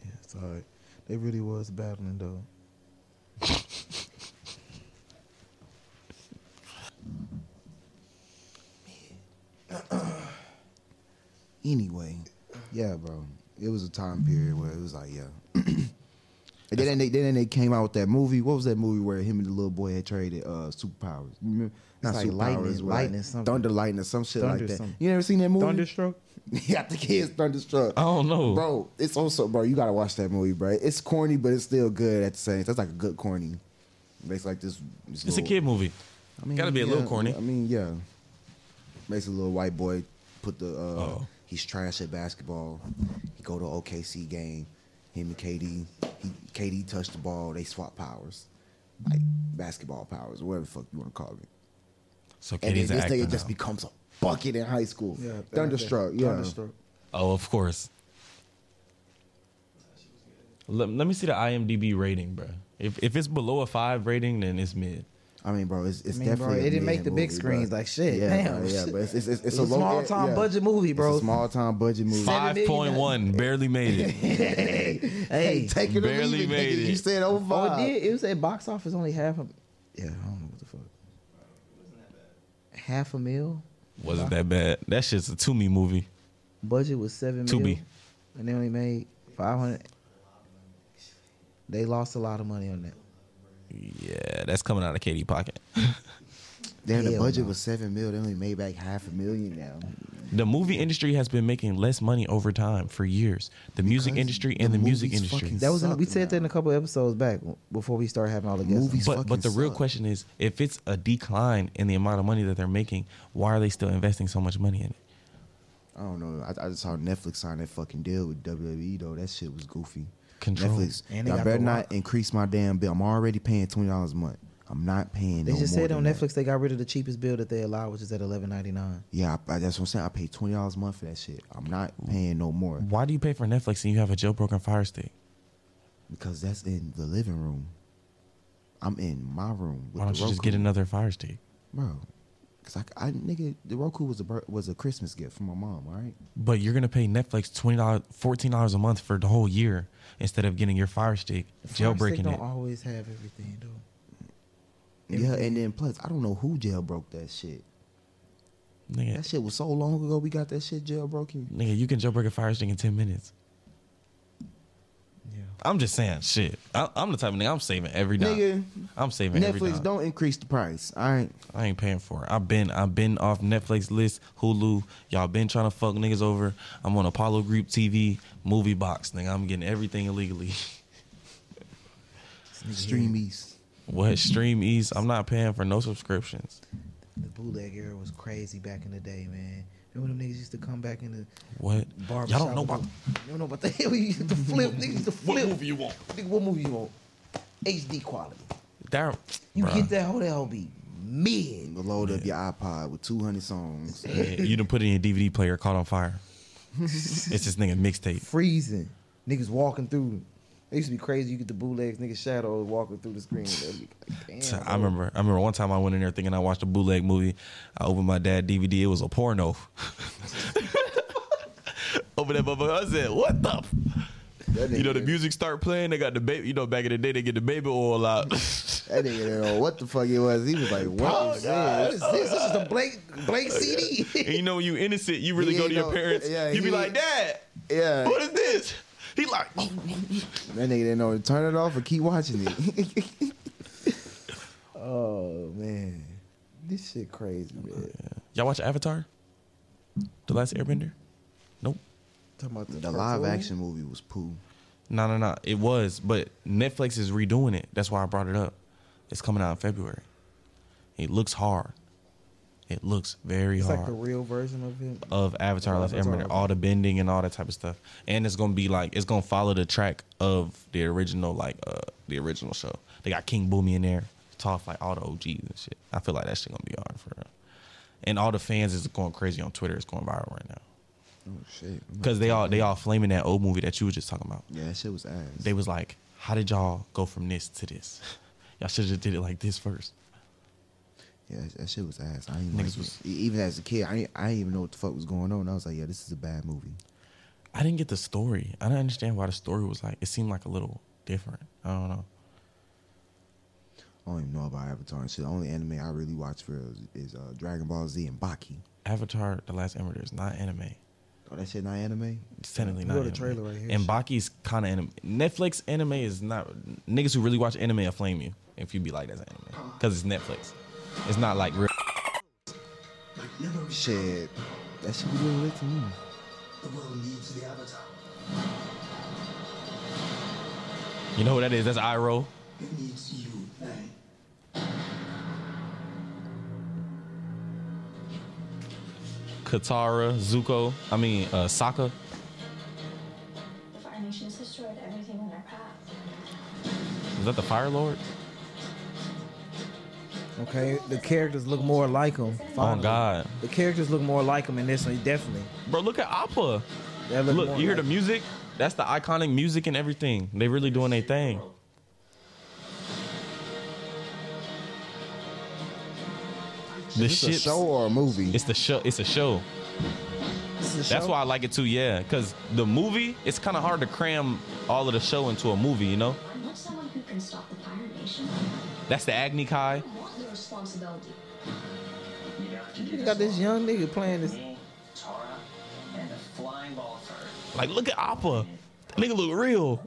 Yeah, sorry, they really was battling though.
Anyway, yeah, bro. It was a time period where it was like, yeah. and then they then they came out with that movie. What was that movie where him and the little boy had traded uh superpowers? You remember? Not
like lightning-
but like
lightning something.
thunder lightning, some shit
Thunder
like that.
something.
You never seen that movie?
Thunderstroke.
yeah, the kids thunderstruck.
I don't know.
Bro, it's also bro. You gotta watch that movie, bro. It's corny, but it's still good at the same. That's like a good corny. It's like this.
It's
this
a
little-
kid movie.
I mean,
Gotta be a little
yeah,
corny.
I mean, yeah. Makes a little white boy put the uh
Oh.
he's trash at basketball. He go to OKC game. Him and KD, he KD touched the ball. They swap powers, like basketball powers, whatever the fuck you want to call it.
So
And then
KD's an
this
actor
nigga
now.
just becomes a bucket in high school.
Yeah,
Thunderstruck. Yeah.
Thunderstruck.
Oh, of course. Let, let me see the IMDb rating, bro. If if it's below a five rating, then it's mid.
I mean, bro, it's, it's
I mean, bro,
definitely.
it
a
didn't make
mid
the big
movie,
screens
bro.
like shit.
Yeah,
Damn.
bro, yeah, but it's it's, it's, it's
It's
a,
a
low-
small
yeah,
time
yeah.
budget movie,
It's a
bro.
small time budget movie.
Seven
Five
million
point one, barely made it.
hey,
Take it or
Barely
leave it,
made
nigga.
it.
You said over
oh,
five.
it did. It was at box office only half. A, yeah, I don't know what the fuck. Half a mil
Wasn't that bad. That shit's a to me movie.
budget was seven
To
mil,
be.
and they only made five hundred. They lost a lot of money on that.
Yeah, that's coming out of Katie pocket.
Damn, the
Hell
budget
no.
was seven mil. They only made back half a million now.
The movie industry has been making less money over time for years. The music
Because
industry
the
and the, music
movies
industry.
fucking
That was in,
Suck
we said that in
now.
a couple episodes back before we started having all the guests.
Movies
on.
But but
fucking
the real
suck.
question is, if it's a decline in the amount of money that they're making, why are they still investing so much money in it?
I don't know. I, I just saw Netflix sign that fucking deal with WWE though. That shit was goofy.
Control.
Netflix,
And they
y'all
got
better
The
not
Rock.
increase my damn bill. I'm already paying twenty dollars a month. I'm not paying.
They
no
just
more
said
than
on
that.
Netflix they got rid of the cheapest bill that they allow, which is at eleven ninety nine.
Yeah, I, I, that's what I'm saying. I pay twenty dollars a month for that shit. I'm not
Mm.
paying no more
Why do you pay for Netflix and you have a jailbroken Fire Stick?
because that's in the living room. I'm in my room. With
Why don't
the
you just
Roku.
get another Fire Stick?
bro? Because I, I nigga, the Roku was a bir- was a Christmas gift from my mom. All right,
But you're gonna pay Netflix twenty dollars, fourteen dollars a month for the whole year instead of getting your Fire Stick jailbreaking
don't
it.
always have everything though.
yeah, and then plus I don't know who jailbroke that shit.
Nigga,
That shit was so long ago. We got that shit jailbroken.
nigga, you can jailbreak a Fire Stick in ten minutes.
Yeah.
I'm just saying, shit. I, I'm the type of nigga. I'm saving every dollar.
Nigga,
I'm saving every
Netflix
dollar.
don't increase the price. All right,
I ain't paying for it. I've been I've been off Netflix list, Hulu. Y'all been trying to fuck niggas over. I'm on Apollo Group TV, movie box, nigga. I'm getting everything illegally.
streamies.
what Stream East? I'm not paying for no subscriptions.
The bootleg era was crazy back in the day, man. Remember them niggas used to come back in the
What?
barber
Y'all don't know about
You don't know about the hell we used to flip. niggas used to flip. What movie you want? Nigga, what movie you want? HD quality.
that.
You
bruh.
get that whole that'll be mid.
Load up your iPod with 200 songs.
Yeah, you done put it in a DVD player, caught on fire. it's this nigga mixtape.
Freezing. Niggas walking through. It used to be crazy. You get the bootlegs, niggas shadows walking through the screen. That'd be like, damn,
So I
bro.
remember, I remember one time I went in there thinking I watched a bootleg movie. I opened my dad DVD. It was a porno. Open that motherfucker. I said, "What the?" F-?
That
You know, the
nigga-
music start playing. They got the baby. You know, back in the day, they get the baby oil out.
That nigga didn't know what the fuck it was. He was like, what is
What
this?
is this? This is the blank blank
and
CD.
you know, when you innocent, you really
He
go
ain't
to your
know-
parents.
yeah,
you be
he-
like, "Dad,
Yeah.
what is this?" He like, "Oh,
That nigga didn't know to turn it off or keep watching it.
oh man, this shit crazy, man.
"Y'all watch Avatar? The Last Airbender?" Nope.
Talking about the,
the live
cartoon?
action movie was poo.
No, no, no. It was, but Netflix is redoing it. That's why I brought it up. It's coming out in February. It looks hard. It looks very
It's
hard.
like the real version of him.
of Avatar Last
Avatar.
Airbender, all the bending and all that type of stuff, and it's gonna be like it's gonna follow the track of the original, like uh the original show. They got King Boomy in there, talk like all the OGs and shit. I feel like that shit gonna be hard for real. And all the fans is going crazy on Twitter. It's going viral right now
Oh, shit.
because they all they all flaming that old movie that you were just talking about
Yeah, that shit was ass.
they was like, "How did y'all go from this to this? y'all should have did it like this first.
yeah, that- that shit was ass. I ain't
Niggas
like
was-
it. E- Even as a kid, I ain't, I ain't even know what the fuck was going on. I was like, yeah, this is a bad movie.
I didn't get the story. I didn't understand why the story was like. It seemed like a little different. I don't know.
I don't even know about Avatar and shit. The only anime I really watch for is, is uh, Dragon Ball Z and Baki.
Avatar: The Last Airbender is not anime.
Oh, that shit not anime?
It's technically
You
not.
got the
anime.
trailer right here.
And Baki's kind of anime. Netflix anime is not. Niggas who really watch anime will flame you if you be like that's anime because it's Netflix. It's not like real.
Shit. That shit was really lit to me.
The world needs the avatar.
You know who that is? That's Iroh.
It needs you, man.
Katara, Zuko. I mean, uh, Sokka.
For our nation's destroyed everything in their path.
Is that the Fire Lord?
Okay, the characters look more like him.
Oh
finally.
God,
the characters look more like him in this one. Definitely,
bro! Look at Appa.
They look,
Look,
more
you hear
like
the music? That's the iconic music and everything. They really doing their thing. The
Is this a
shit.
show or a movie?
It's the show. It's a show.
This is a
That's
show.
why I like it too. Yeah, because the movie, it's kind of hard to cram all of the show into a movie. You know,
I'm not someone who can stop the Fire Nation.
that's the Agni Kai.
I want the responsibility.
You got this young nigga playing this.
Me, Tara, and a flying ball of fur.
Like, look at Appa. That nigga look real.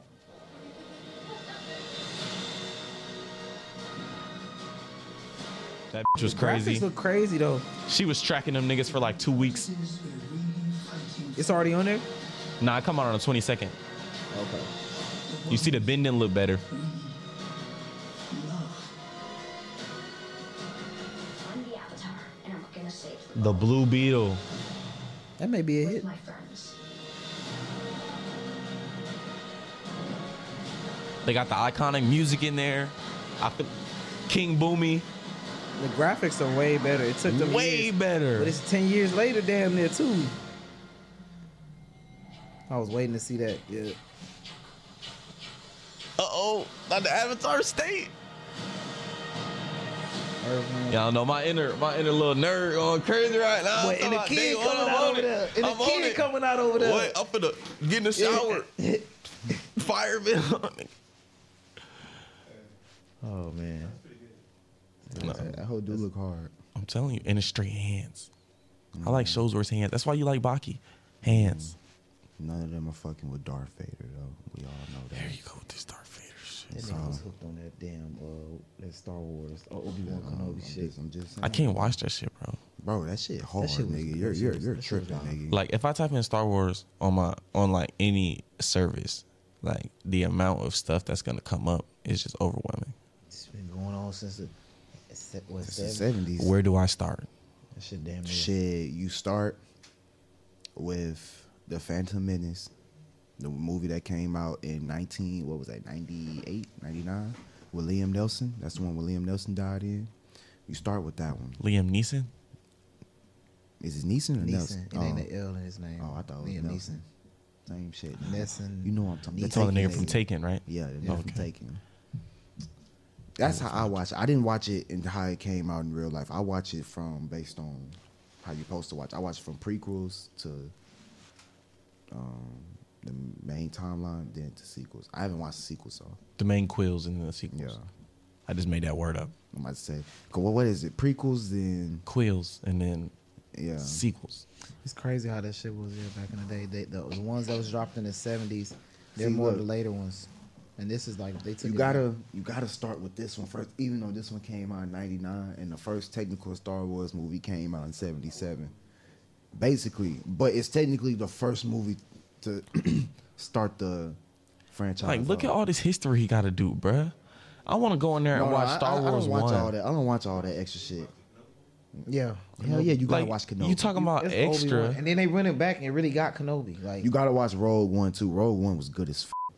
That bitch was
Graphics
crazy.
look crazy though.
She was tracking them niggas for like two weeks.
It's already on there.
Nah, I come out on the 22nd.
Okay.
You see the bending look better.
I'm the Avatar, and I'm gonna save the
The Blue Beetle.
That may be a
with
hit.
my friends.
They got the iconic music in there. I feel- King Boomy.
The graphics are way better. It took them
Way
years, but
better.
it's ten years later, damn near too. I was waiting to see that. Yeah.
Uh oh, not the Avatar State.
Everyone-
Y'all know my inner, my inner little nerd going crazy right now.
Boy, and the
I'm
kid
like, damn,
coming
I'm
out
on
over
it.
there. And the
I'm on
kid
it.
coming out over there.
What? I'm finna get in the shower. Fireman.
Oh man.
that whole dude look hard.
I'm telling you, in the straight hands. I like shows where it's hands. That's why you like Baki. Hands.
None of them are fucking with Darth Vader though. We all know that.
There you go with this Darth Vader shit.
That nigga was hooked on that damn uh that Star Wars
uh,
Obi Wan
I'm,
Kenobi
I'm
shit.
Just, I'm just saying.
I can't watch that shit, bro.
Bro, that shit hard,
shit was-
nigga. You're
that shit
you're
was-
you're
that shit was
tripping,
wild.
nigga.
Like if I type in Star Wars on my on like any service, like the amount of stuff that's gonna come up is just overwhelming.
It's been going on since the se- what
it's the
seven?
seventies.
Where do I start?
That shit damn near.
Shit, you start with the Phantom Menace, the movie that came out in nineteen what was that 98, 99 with Liam Nelson. That's the one where Liam Nelson died in. You start with that one.
Liam Neeson?
Is it Neeson or Nelson?
Neeson. It ain't
Oh.
an L in his name.
Oh, I thought it was
Liam
Nelson. Same shit.
Neeson. Nelson.
You know what I'm talking
That's
the
all the
Taken
nigga from
lady.
Taken, right?
Yeah, the
Yeah.
nigga from
Okay.
Taken. That's how I watch. it. I didn't watch it and how it came out in real life. I watch it from based on how you're supposed to watch. I watch it from prequels to um, the main timeline, then to sequels. I haven't watched the sequels, so
The main quills and the sequels.
yeah.
I just made that word up.
I'm about to say, 'cause what what is it? Prequels, then
Quills and then
yeah,
sequels.
It's crazy how that shit was yeah, back in the day. They, the, the ones that was dropped in the seventies, they're
See,
more
look.
the later ones. And this is like they took.
you
it
gotta you gotta start with this one first, even though this one came out in '99 and the first technical Star Wars movie came out in '77. Basically, but it's technically the first movie to start the franchise.
Like, look at
off.
all this history he got to do, bruh. I want to go in there
No,
and
no,
watch
I-
Star
I, I
Wars
don't watch
One.
all that. I don't watch all that extra shit.
back. Yeah.
Hell yeah, you gotta
like,
watch Kenobi.
You talking about
It's
extra?
Obi-Wan. And then they went it back and it really got Kenobi. Like
You gotta watch Rogue One too. Rogue One was good as. F-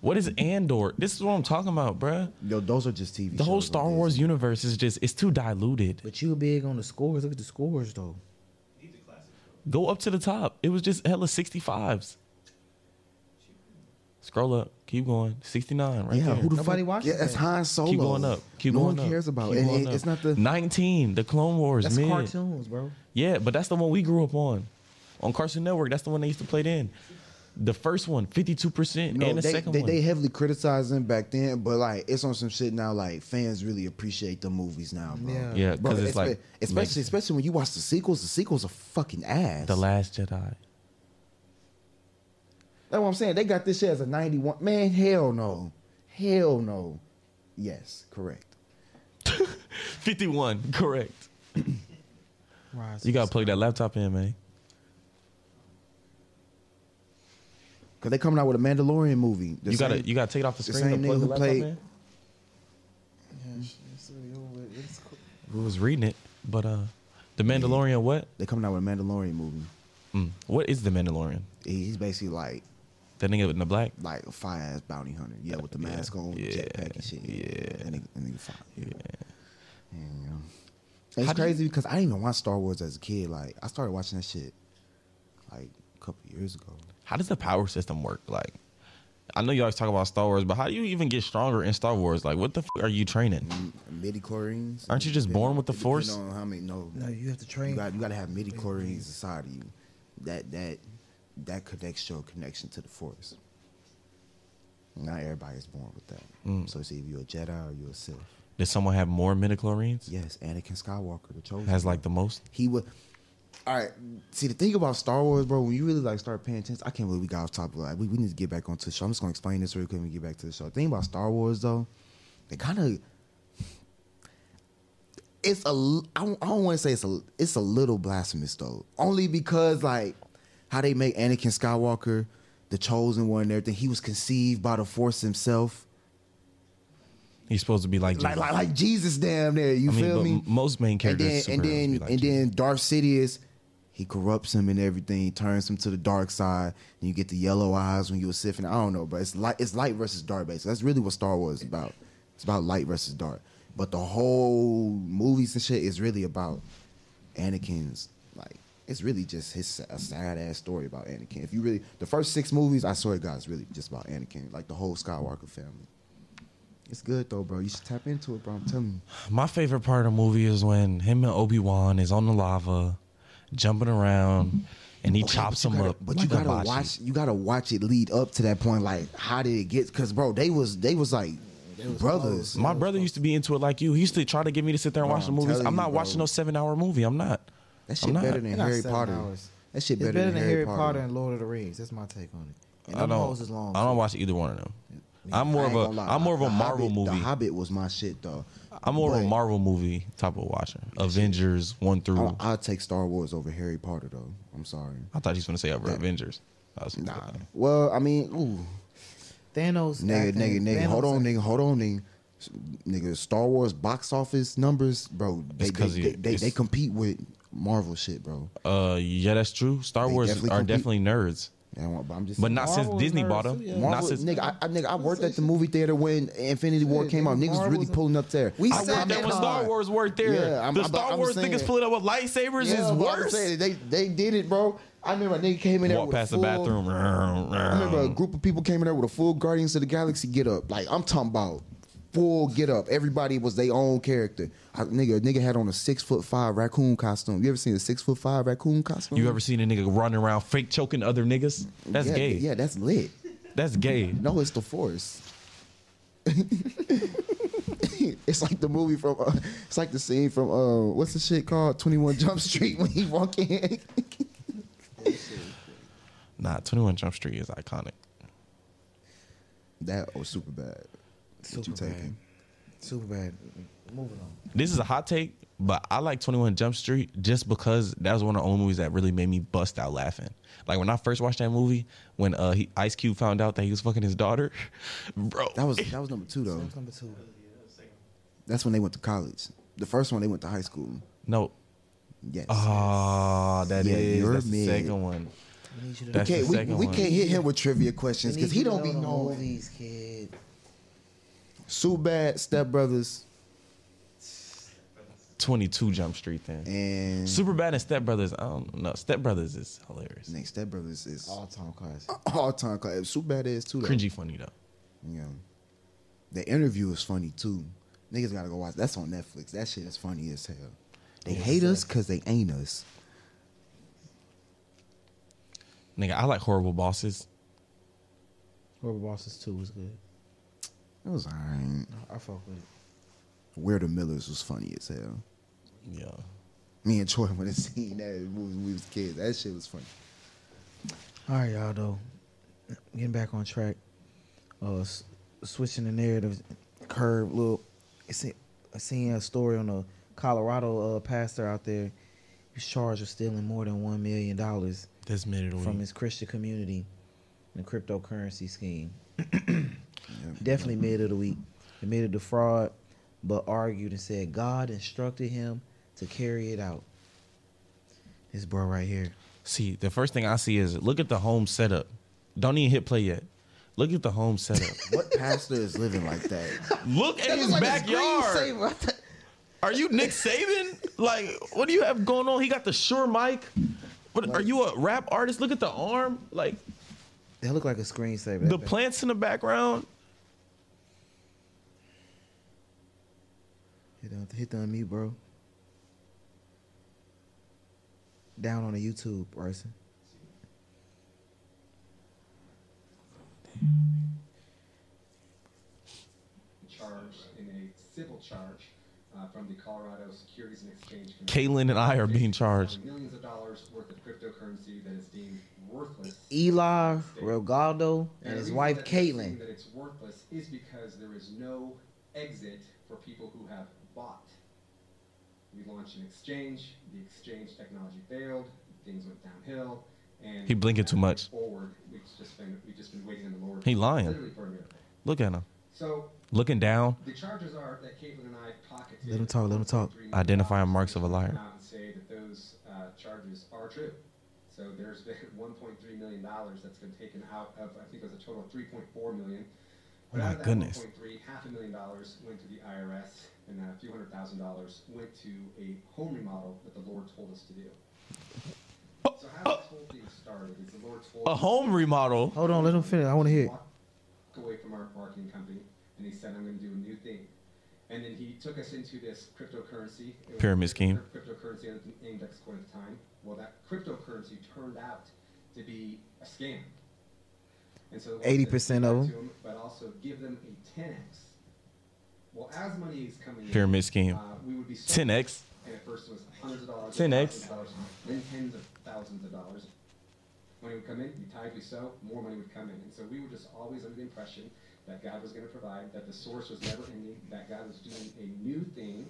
What is Andor? This is what I'm talking about, bruh.
Yo, those are just TV.
The whole
shows on
Star
Disney.
Wars universe is just it's too diluted.
But you big on the scores. Look at the scores though.
Go up to the top. It was just hella 65s. Scroll up. Keep going. 69 right
Yeah,
there.
who the
Nobody
fuck?
watches
Yeah, that's
that.
Han Solo.
Keep going up. Keep
no
going
one
up.
cares about.
Keep
it.
going
It- It's
up.
not the
19, the Clone Wars,
That's
mid.
cartoons, bro.
Yeah, but that's the one we grew up on. On Cartoon Network, that's the one they used to play then. The first one, 52%,
No,
and the
they,
second
they,
one.
they heavily criticized them back then, but like it's on some shit now. Like fans really appreciate the movies now, bro.
Yeah.
yeah,
Bro,
because it's
espe-
like
especially
like,
especially when you watch the sequels. The sequels are fucking ass.
The Last Jedi.
That's what I'm saying. They got this shit as a 91. Man, hell no, hell no. Yes, correct.
51, correct. You gotta plug that laptop in, man.
Cause they coming out with a Mandalorian movie. The
you gotta
same-
you gotta take it off the
the
screen.
same
to
nigga
plug the
who
laptop
played-
in. We was reading it, but uh, the Mandalorian. What?
they coming out with a Mandalorian movie.
Mm, what is the Mandalorian?
He- He's basically like
That nigga in the black.
like a fire ass bounty hunter. Yeah, with the mask on,
Yeah.
jetpack and shit. Yeah, and nigga, that nigga fire. Damn. It's
How do you-
crazy because I didn't even watch Star Wars as a kid. Like I started watching that shit like a couple years ago.
How does the power system work? Like, I know you always talk about Star Wars, but how do you even get stronger in Star Wars? Like, what the f- are you training?
Midi chlorines.
Aren't you just born with the Force?
On how many? No,
No, you have to
You
train.
got you got to have midi chlorines inside of you. That that that connects your connection to the force. Not everybody is born with that.
Mm.
So it's either you're a Jedi or you're a Sith.
Did someone have more midichlorians?
Yes, Anakin Skywalker, the chosen.
Has like the most?
he would. All right. See the thing about Star Wars, bro. When you really like start paying attention, I can't believe we got off topic. Like we, we need to get back onto the show. I'm just gonna explain this real quick when we get back to the show. The thing about Star Wars though, they kind of. It's a. l- I don't, want to say it's a. It's a little blasphemous though, only because like how they make Anakin Skywalker, the chosen one, and everything. He was conceived by the Force himself,
He's supposed to be like,
like
Jesus.
like, like Jesus, damn there. You
I mean,
feel
but
me?
m- most main
and
characters.
then and
superheroes
then
be like
and
Jesus.
then Darth Sidious, he corrupts him and everything, he turns him to the dark side, and you get the yellow eyes when you were sifting. I don't know, but it's light it's light versus dark basically. That's really what Star Wars is about. It's about light versus dark. But the whole movies and shit is really about Anakin's like it's really just his a sad ass story about Anakin. If you really the first six movies, I swear to God, it's really just about Anakin, like the whole Skywalker family. It's good though, bro. You should tap into it, bro. I'm telling you.
My favorite part of the movie is when him and Obi Wan is on the lava, jumping around, and he
Okay,
chops
but
him
you gotta-
up.
But
like
you gotta
a bashi.
watch. You gotta watch it lead up to that point. Like, how did it get? Because bro, they was they was like brothers.
My brother used to be into it like you. He used to try to get me to sit there and
Bro,
watch the
I'm
movies.
telling
I'm
you,
not
bro.
watching no seven hour movie. I'm not.
That
I'm
shit
not-
better than
They're not
Harry
seven
Potter.
hours.
That shit
It's better, than, Harry Potter.
Potter.
and Lord of the Rings. That's my take on it. And
I
them
don't.
hoes is long.
I
too.
don't watch either one of them. I'm more
I
of
ain't gonna
a.
lie,
I'm more of a
The
Marvel
Hobbit- The
movie.
Hobbit was my shit though.
I'm more of a
But
Marvel movie type of watcher. Avengers one
Oh, I-
through.
I'll take Star Wars over Harry Potter though. I'm sorry.
I thought he was gonna say over Avengers. I was-
Nah. Well, I mean, ooh,
Thanos.
nigga,
acting-
nigga, nigga.
Thanos
Hold on,
acting-
nigga. Hold on, nigga. Nigga, Star Wars box office numbers, bro. They
'cause
they,
you-
they, they,
it's-
they compete with Marvel shit, bro.
Uh, yeah, that's true. Star
They
Wars
definitely
are
compete.
definitely nerds,
I want- but I'm just
but
saying.
not
Marvel
since
is
Disney
nerds
bought
too,
them.
yeah.
Not
Marvel,
since
nigga, I, I, nigga, I worked at the movie theater when Infinity War came out. Niggas was really pulling up there.
We
I
sat there
worked
That
at
was
Come
Star
on.
Wars work there.
Yeah, I'm-
the
I'm-
Star
I'm
Wars
saying-
niggas pulling up with lightsabers
Yeah,
is
but I'm
worse.
saying, They they did it, bro. I remember a nigga came in there
Walk
with a
past the
full-
bathroom.
I remember a group of people came in there with a full Guardians of the Galaxy get up. Like I'm talking about full get up. Everybody was their own character. I, nigga, nigga had on a six foot five raccoon costume. You ever seen a six foot five raccoon costume?
You ever seen a nigga running around fake choking other niggas? That's
yeah,
gay.
Yeah, that's lit.
That's gay.
No, it's the Force. it's like the movie from, uh, it's like the scene from, uh, what's the shit called? 21 Jump Street when he walk in.
Nah, 21 Jump Street is iconic.
that or super bad. What you
Superbad.
taking?
Super bad. Moving on.
This is a hot take, but I like 21 Jump Street just because that was one of the only movies that really made me bust out laughing. Like when I first watched that movie, when uh he, Ice Cube found out that he was fucking his daughter, bro.
That was, that was number two though.
That's number two.
That's when they went to college. The first one, they went to high school.
no.
Yes.
Oh, that is
Yeah, you're
that's the
mid.
second one.
We need you to
That's
okay,
the
we,
second
we
one.
can't hit him with trivia questions because he don't be knowing.
movies, kid.
Super bad, Step Brothers,
22 Jump Street then.
and
Super Bad and Step Brothers. I don't know. Step Brothers is hilarious.
Next Step Brothers is
All time classic.
all time. class. Super bad is too. Though.
Cringy funny though.
Yeah. The interview is funny too. Niggas gotta go watch. That's on Netflix. That shit is funny as hell. They hate us because they ain't us.
Nigga, I like horrible bosses.
Rubber Bosses two was good.
It was alright.
I fuck with it.
Where the Millers was funny as hell.
Yeah.
Me and Troy went and seen that movie when we was kids. That shit was funny.
All right, y'all. Though, getting back on track. Uh, s- switching the narrative, curve. Look, I see, I seen a story on a Colorado uh, pastor out there. He was charged with stealing more than one million dollars
This minute of the
from
week.
his Christian community in a cryptocurrency scheme. Definitely mid of the week. Admitted the fraud, but argued and said God instructed him to carry it out. This bro right here.
See, the first thing I see is look at the home setup. Don't even hit play yet. Look at the home setup.
What pastor is living like that?
look at his
like a
backyard.
screensaver.
Are you Nick Saban? Like, what do you have going on? He got the sure mic. What, are you a rap artist? Look at the arm. Like
That look like a screensaver. that
the
thing.
plants in the background.
Hit the, hit the unmute, bro. Down on the YouTube, Bryson.
charged in a civil charge uh, from the Colorado Securities and Exchange Commission.
Caitlin and I are being charged.
Millions of dollars worth of cryptocurrency that is deemed worthless.
Eli, Rogaldo, and
the
his
reason
wife
that they're saying
Caitlin.
That it's worthless is because there is no exit for people who have bought. We launched an exchange. The exchange technology failed. Things went downhill. And
He blinking too much.
Forward, we've just been we've just been waiting in the Lord.
He lying.
Literally for a miracle.
Look at him.
So
Looking down.
The charges are that Caitlin and I pocketed.
Let him talk, let him talk.
Identifying marks of a liar.
Come out and Say that those uh, charges are true. So there's been 1.3 million dollars that's been taken out of. I think it was a total of 3.4 million.
Oh
But
My
out of that
goodness.
1.3, half a million dollars went to the IRS, and then a few hundred thousand dollars went to a home remodel that the Lord told us to do. So how this whole thing started is the Lord told
A
us-
home remodel.
Hold on, let him finish. I want to hear it.
walked away from our marketing company and he said, I'm going to do a new thing. And then he took us into this cryptocurrency. It was
Pyramid
the
scheme.
Cryptocurrency on the index coin at the time. Well, that cryptocurrency turned out to be a scam. And so the Lord said,
80% of
"Give that
them.
to 'em, But also give them a 10x. Well, as money is coming in,
Pyramid scheme.
uh, we would be so-
10x.
and at first it was hundreds of dollars,
10x.
thousands of dollars, then tens of thousands of dollars. Money would come in, we tied, we sow, more money would come in. And so we were just always under the impression that God was going to provide, that the source was never ending, that God was doing a new thing,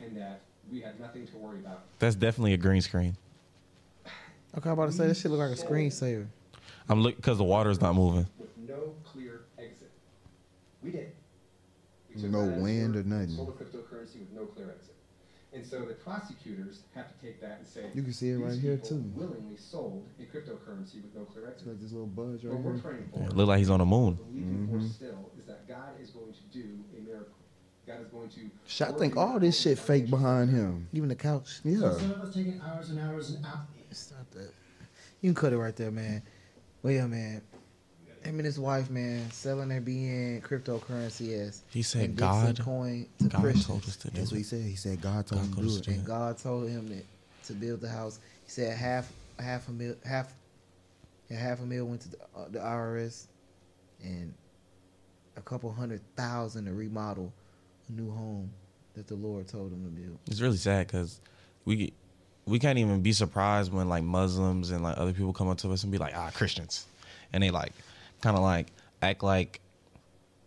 and that we had nothing to worry about.
That's definitely a green screen.
Okay, I'm about to say this shit look like a screensaver.
I'm looking because the water's not moving.
With no clear exit. We did. We took
No
that as a
wind
word,
or nothing.
Sold a cryptocurrency with no clear exit. And so the prosecutors have to take that and say,
You can see it
"These
right here,
people
too."
Willingly sold a cryptocurrency with no clear exit.
It's like this little buzz right
What we're
here.
praying for,
Yeah, look like he's on the moon.
believing for still, is that God is going to do a miracle. God is going to.
Shit, I think all this shit fake behind him.
Even the couch.
Yeah.
Instead of us taking hours and hours and hours.
Stop that. You can cut it right there, man. Well, yeah, man. Him and his wife, man, selling their being cryptocurrency as
He said
and Dixon
God-
coin to
God
Christians.
told us to do
That's what he
it.
said. He said God told
God
him
told us
to
to
do
do
it.
And God told him that to build the house. He said half, half a mil, half, yeah, half a mil went to the, uh, the IRS, and a couple hundred thousand to remodel a new home that the Lord told him to build.
It's really sad because we we can't even be surprised when like Muslims and like other people come up to us and be like, ah, Christians, and they like kind of like act like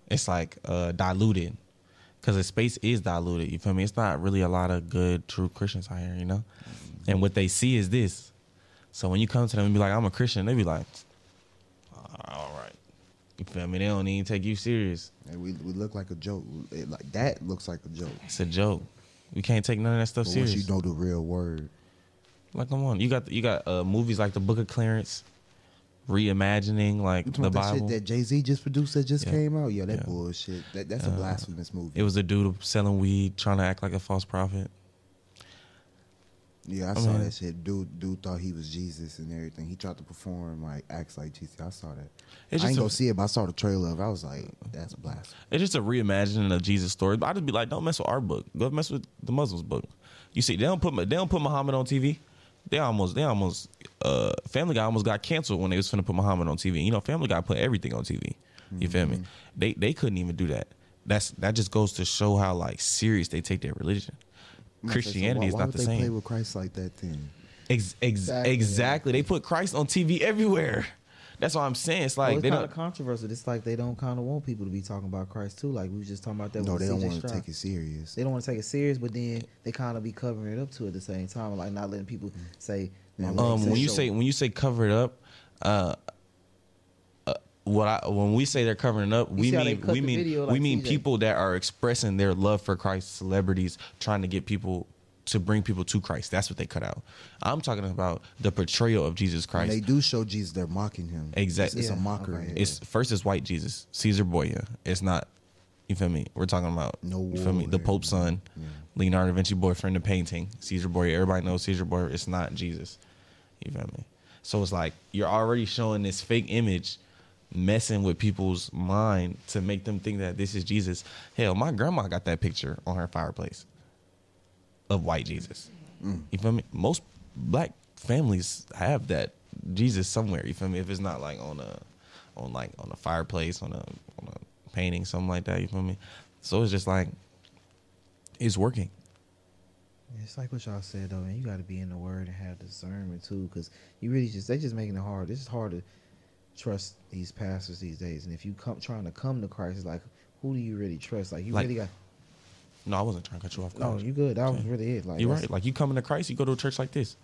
it's like uh diluted because the space is diluted. You feel me? It's not really a lot of good true Christians out here, you know.
Mm-hmm.
And what they see is this. So when you come to them and be like, I'm a Christian, they be like, "Ah, all right. You feel me? They don't even take you serious.
And we, we look like a joke. It, like that looks like a joke.
It's a joke. We can't take none of that stuff
But
serious.
once you know the real word,
Like come on, you got you got uh, movies like the Book of Clarence, reimagining like
you
the
talking about that
Bible.
shit that Jay Z just produced that just
Yeah.
came out. Yeah, that
Yeah.
bullshit. That, that's a
Uh,
blasphemous movie.
it was a dude selling weed, trying to act like a false prophet.
yeah, I,
I
saw
mean-
that shit. Dude, dude thought he was Jesus and everything. He tried to perform like acts like Jesus. I saw that.
It's just
I ain't
a-
gonna see it, but I saw the trailer of. it. I was like, that's blasphemy.
It's just a reimagining of Jesus story. But I just be like, don't mess with our book. Go mess with the Muslims book. You see, they don't put they don't put Muhammad on TV. They almost they almost uh, Family Guy almost got canceled when they was finna put Muhammad on TV. You know, Family Guy put everything on TV. You feel
Mm-hmm.
me? They they couldn't even do that. That's that just goes to show how like serious they take their religion.
I'm like, so
Christianity
why,
is
why
not
would
the
they
same.
Play with Christ like that then.
Ex- ex- exactly.
Exactly.
They put Christ on TV everywhere. That's what I'm saying. It's
Well,
like
it's
they
kind
don't.
of controversial. It's like they don't kind of want people to be talking about Christ too. Like we was just talking about that.
No,
with
they don't
CJ
want to
Stroud.
take it serious.
They don't want to take it serious, but then they kind of be covering it up to at the same time, like not letting people say. my
Mm. Um,
legs
um,
is
when you
short.
say when you say cover it up, uh, uh, what I when we say they're covering it up, we
see how they
mean
cut
we
the
mean
video,
we
like
mean
CJ.
people that are expressing their love for Christ, celebrities trying to get people to bring people to Christ. That's what they cut out. I'm talking about the portrayal of Jesus
When
Christ.
they do show Jesus, they're mocking him.
Exact-
It's, it's
Yeah,
a mockery.
okay.
It's first it's white Jesus, Caesar Boya. It's not You feel me? We're talking about
No
You feel me?
war
The
there.
Pope's son,
Yeah.
Leonardo da Vinci boyfriend, the painting, Caesar Borgia. Everybody knows Caesar Borgia. It's not Jesus. You feel me? So it's like you're already showing this fake image, messing with people's mind to make them think that this is Jesus. Hell, my grandma got that picture on her fireplace of white Jesus.
Mm.
You feel me? Most black families have that Jesus somewhere. You feel me? If it's not like on a on like on a fireplace, on a on a painting, something like that. You feel me? So it's just like it's working.
It's like what y'all said though, man. You got to be in the word and have discernment too, because you really just they just making it hard. It's hard to trust these pastors these days, and if you come trying to come to Christ, it's like who do you really trust? Like you
Like-
really got
No, I wasn't trying to cut you off.
oh
guys.
you good? That was
Yeah.
really it. Like
You're
that's-
right. Like you coming to Christ, you go to a church like this.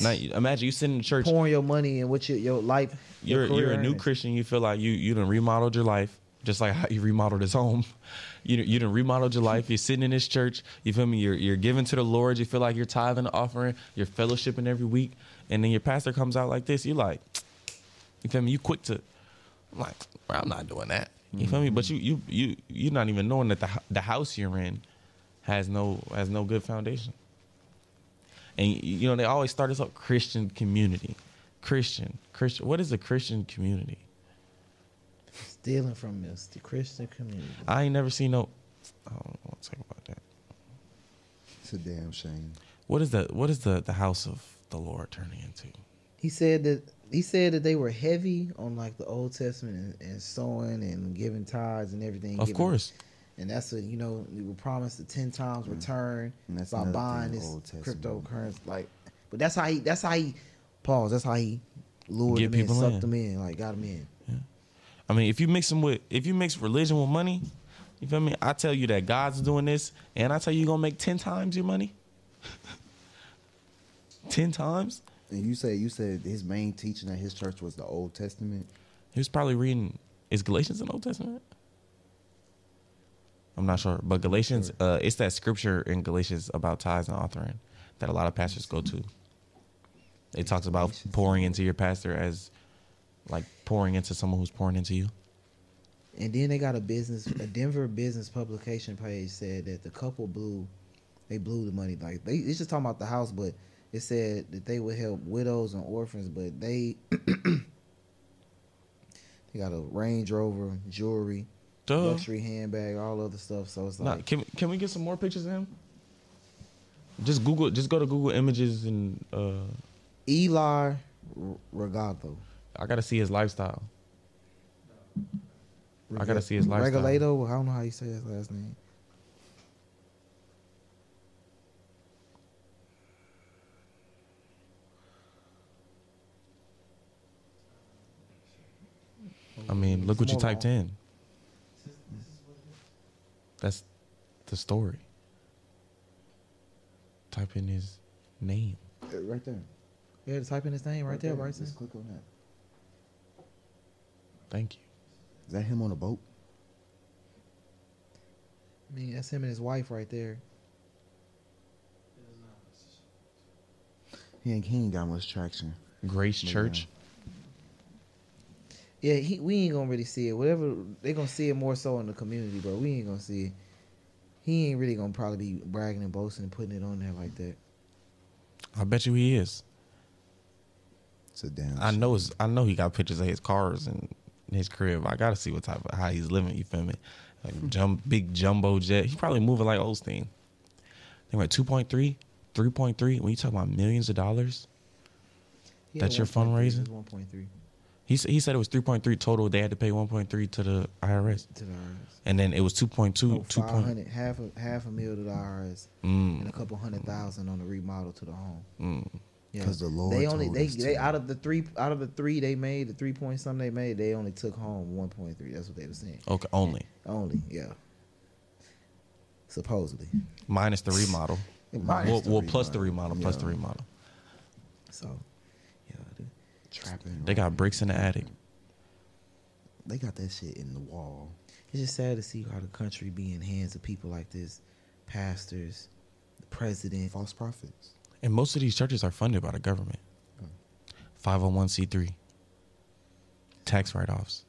Now you- imagine you sitting in church.
pouring your money and what your your life. your
You're you're
career
a new
earnings.
Christian. You feel like you you done remodeled your life, just like how you remodeled his home. You done- you done remodeled your life. You're sitting in this church. You feel me? You're you're giving to the Lord. You feel like you're tithing, and offering. You're fellowshipping every week, and then your pastor comes out like this. You like, you feel me? You quick to, I'm like, "Bro, I'm not doing that. You feel me? But you you you you're not even knowing that the hou- the house you're in has no has no good foundation. And you know they always start us up Christian community, Christian Christian. What is a Christian community?
stealing from us, the Christian community.
I ain't never seen no. I don't want to talk about that.
It's a damn shame.
What is the what is the the house of the Lord turning into?
He said that he said that they were heavy on like the Old Testament and, and sowing and giving tithes and everything.
Of
giving-
course,
and that's what you know we were promised the ten times return
Mm. And that's
by
another
buying
thing,
this
Old Testament.
cryptocurrency. Like, but that's how he. That's how he. Pause. That's how he lured
Get
them in,
people
sucked
in.
them in, like got them in.
I mean if you mix them with if you mix religion with money, you feel me? I tell you that God's doing this, and I tell you you're gonna make ten times your money. ten times.
And you said you said his main teaching at his church was the Old Testament.
He was probably reading. Is Galatians an Old Testament? I'm not sure, but Galatians, uh, it's that scripture in Galatians about tithes and offering that a lot of pastors go to. It talks about pouring into your pastor as like pouring into someone who's pouring into you.
And then they got a business, a Denver business publication page said that the couple blew, they blew the money. Like they, it's just talking about the house, but it said that they would help widows and orphans, but they, they got a Range Rover, jewelry,
Duh.
luxury handbag, all other stuff. So it's
Uh-huh. Nah,
like
can can we get some more pictures of him? Just Google, just go to Google Images and uh,
Eli R- Regato.
I gotta see his lifestyle. I gotta see his lifestyle.
Regalato. I don't know how you say his last name.
I mean, look what you typed in. That's the story. Type in his name.
Uh, Right there.
Yeah, just type in his name right, there, Bryson.
Just click on that.
Thank you.
Is that him on a boat?
I mean, that's him and his wife right there.
He ain't, he ain't got much traction.
Grace
Maybe
Church.
Yeah, he, we ain't gonna really see it. Whatever they gonna see it more so in the community, bro. We ain't gonna see it. He ain't really gonna probably be bragging and boasting and putting it on there like that.
I bet you he is.
It's a damn.
I
shame.
know his, I know he got pictures of his cars and his crib. I gotta see what type of how he's living, you feel me? Like jump big jumbo jet. He probably moving like Osteen. They went 2.3, 3.3. When you talk about millions of dollars,
He
That's
had
your
1.3,
fundraiser?
it was 1.3
he s- he said it was 3.3 total. They had to pay 1.3 to the IRS.
to the IRS.
And then it was 2.2,
Oh,
No,
2.
500, half a half a mil to the IRS,
Mm.
and a couple hundred thousand on the remodel to the home.
Mm.
Yeah.
'Cause the Lord
they only
told
they
us
they
to.
out of the three out of the three they made the three point something they made they only took home 1.3. That's what they were saying.
Okay, only
Only, yeah. Supposedly.
minus the remodel.
Minus
well,
the
well, plus the
remodel.
remodel, plus
Yeah.
the remodel.
So, yeah, dude.
trapping.
They got bricks in the attic.
They got that shit in the wall.
It's just sad to see how the country be in hands of people like this, pastors, the president.
False prophets.
And most of these churches are funded by the government. 501c3, tax write offs,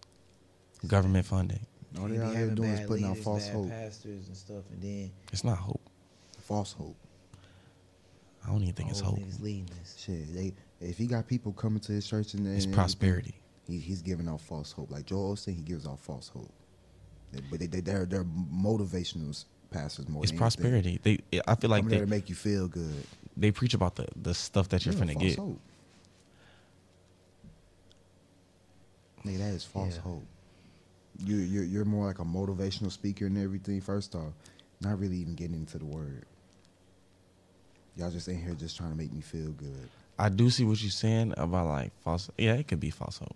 government funding.
All
They
they
be
out here
having
doing is
bad
putting out
leaders,
false
bad
hope.
pastors and stuff, and then
It's not hope.
False hope.
I don't even think it's
all
hope.
niggas leading us.
Shit, they if he got people coming to his church and
It's
and-
prosperity.
He, he's giving out false hope. Like Joel Osteen, he gives out false hope. They- But they, they, they're they're motivational pastors more.
It's
than anything.
prosperity. They, I feel like
I'm there
they,
to make you feel good.
they preach about the, the stuff that you're
Yeah,
finna
false
get.
Hope. Nigga, that is false
Yeah.
hope. You you're, you're more like a motivational speaker and everything. First off, not really even getting into the word. Y'all just in here just trying to make me feel good.
I do see what you're saying about like false. Yeah, it could be false hope.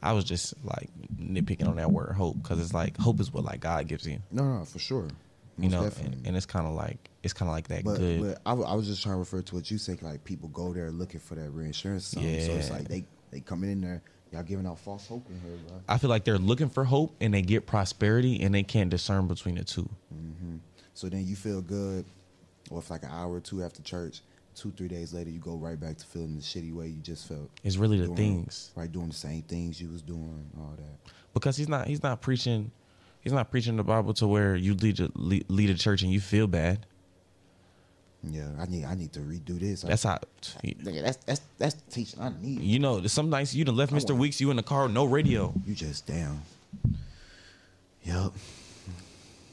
I was just like nitpicking on that word hope because it's like hope is what like God gives you,
No, no, for sure.
you
Most
know,
definitely.
and, and it's kind of like it's kind of like that
But,
good.
but I, w- I was just trying to refer to what you said. Like people go there looking for that reinsurance. or something. So it's
Yeah.
like they they coming in there. Y'all giving out false hope in here, bro.
I feel like they're looking for hope and they get prosperity and they can't discern between the two.
So then you feel good, or if like an hour or two after church, two three days later, you go right back to feeling the shitty way you just felt.
It's really the
Doing-
things
right doing the same things you was doing, all that.
because he's not he's not preaching he's not preaching the Bible to where you lead a, lead, lead a church and you feel bad.
Yeah, I need I need to redo this.
That's how
nigga, that's that's that's the teaching I need.
you know. Some nights you done left
I
Mr.
wanna-
Weeks you in the car no radio.
You just down. Yep,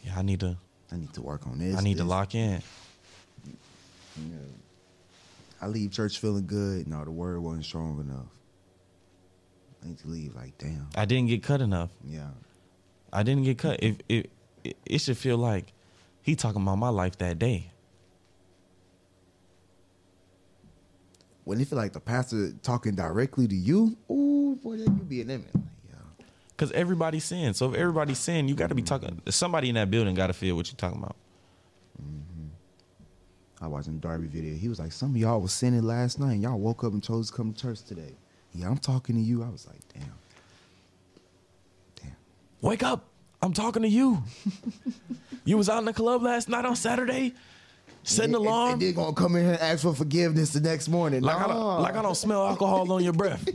Yeah, I need to
I need to work on this.
I need to
this.
lock in.
Yeah. I leave church feeling good. No, the word wasn't strong enough. I need to leave like damn.
I didn't get cut enough.
Yeah.
I didn't get cut. If it, it it should feel like he talking about my life that day.
When it feel like the pastor talking directly to you, ooh boy, that you be in them. Like, yeah.
Cause everybody's sin. So if everybody's sin, you got to be talking. Somebody in that building got to feel what you're talking about.
I watched him Darby video. He was like, some of y'all was sinning last night and y'all woke up and chose to come to church today. Yeah, I'm talking to you. I was like, damn. Damn.
Wake up! I'm talking to you. you was out in the club last night on Saturday, set an
And- and-
alarm.
And they're gonna come in here and ask for forgiveness the next morning.
like I
Nah.
don't, like I don't smell alcohol on your breath.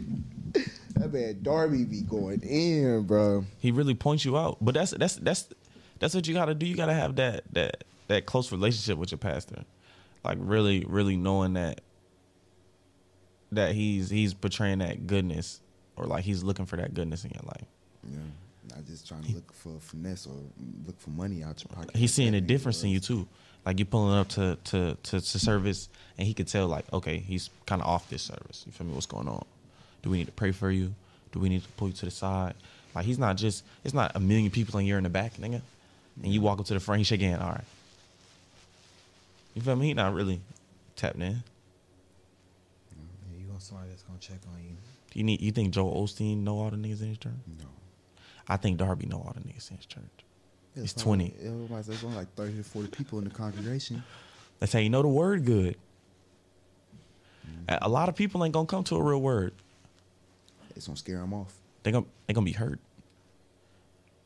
That man Darby be going in, bro.
He really points you out. But that's that's that's that's what you got to do. You got to have that that that close relationship with your pastor, like really really knowing that that he's he's portraying that goodness or like he's looking for that goodness in your life.
Yeah. Not just trying to look for finesse or look for money out your pocket.
He's seeing a difference in you too. Like you pulling up to to to, to service, and he could tell like, okay, he's kind of off this service. You feel me? What's going on? Do we need to pray for you? Do we need to pull you to the side? Like he's not just. It's not a million people and you're in the back, nigga. And you walk up to the front, he shake your hand. All right. You feel me? He not really tapped in.
Yeah, you want somebody that's gonna check on you?
You need. You think Joel Osteen know all the niggas in his church?
No.
I think Darby know all the niggas in his church. It's 20.
It reminds us only like 30 to 40 people in the congregation.
That's how you know the word good. A a lot of people ain't gonna come to a real word.
It's gonna scare them off.
They gonna they gonna be hurt.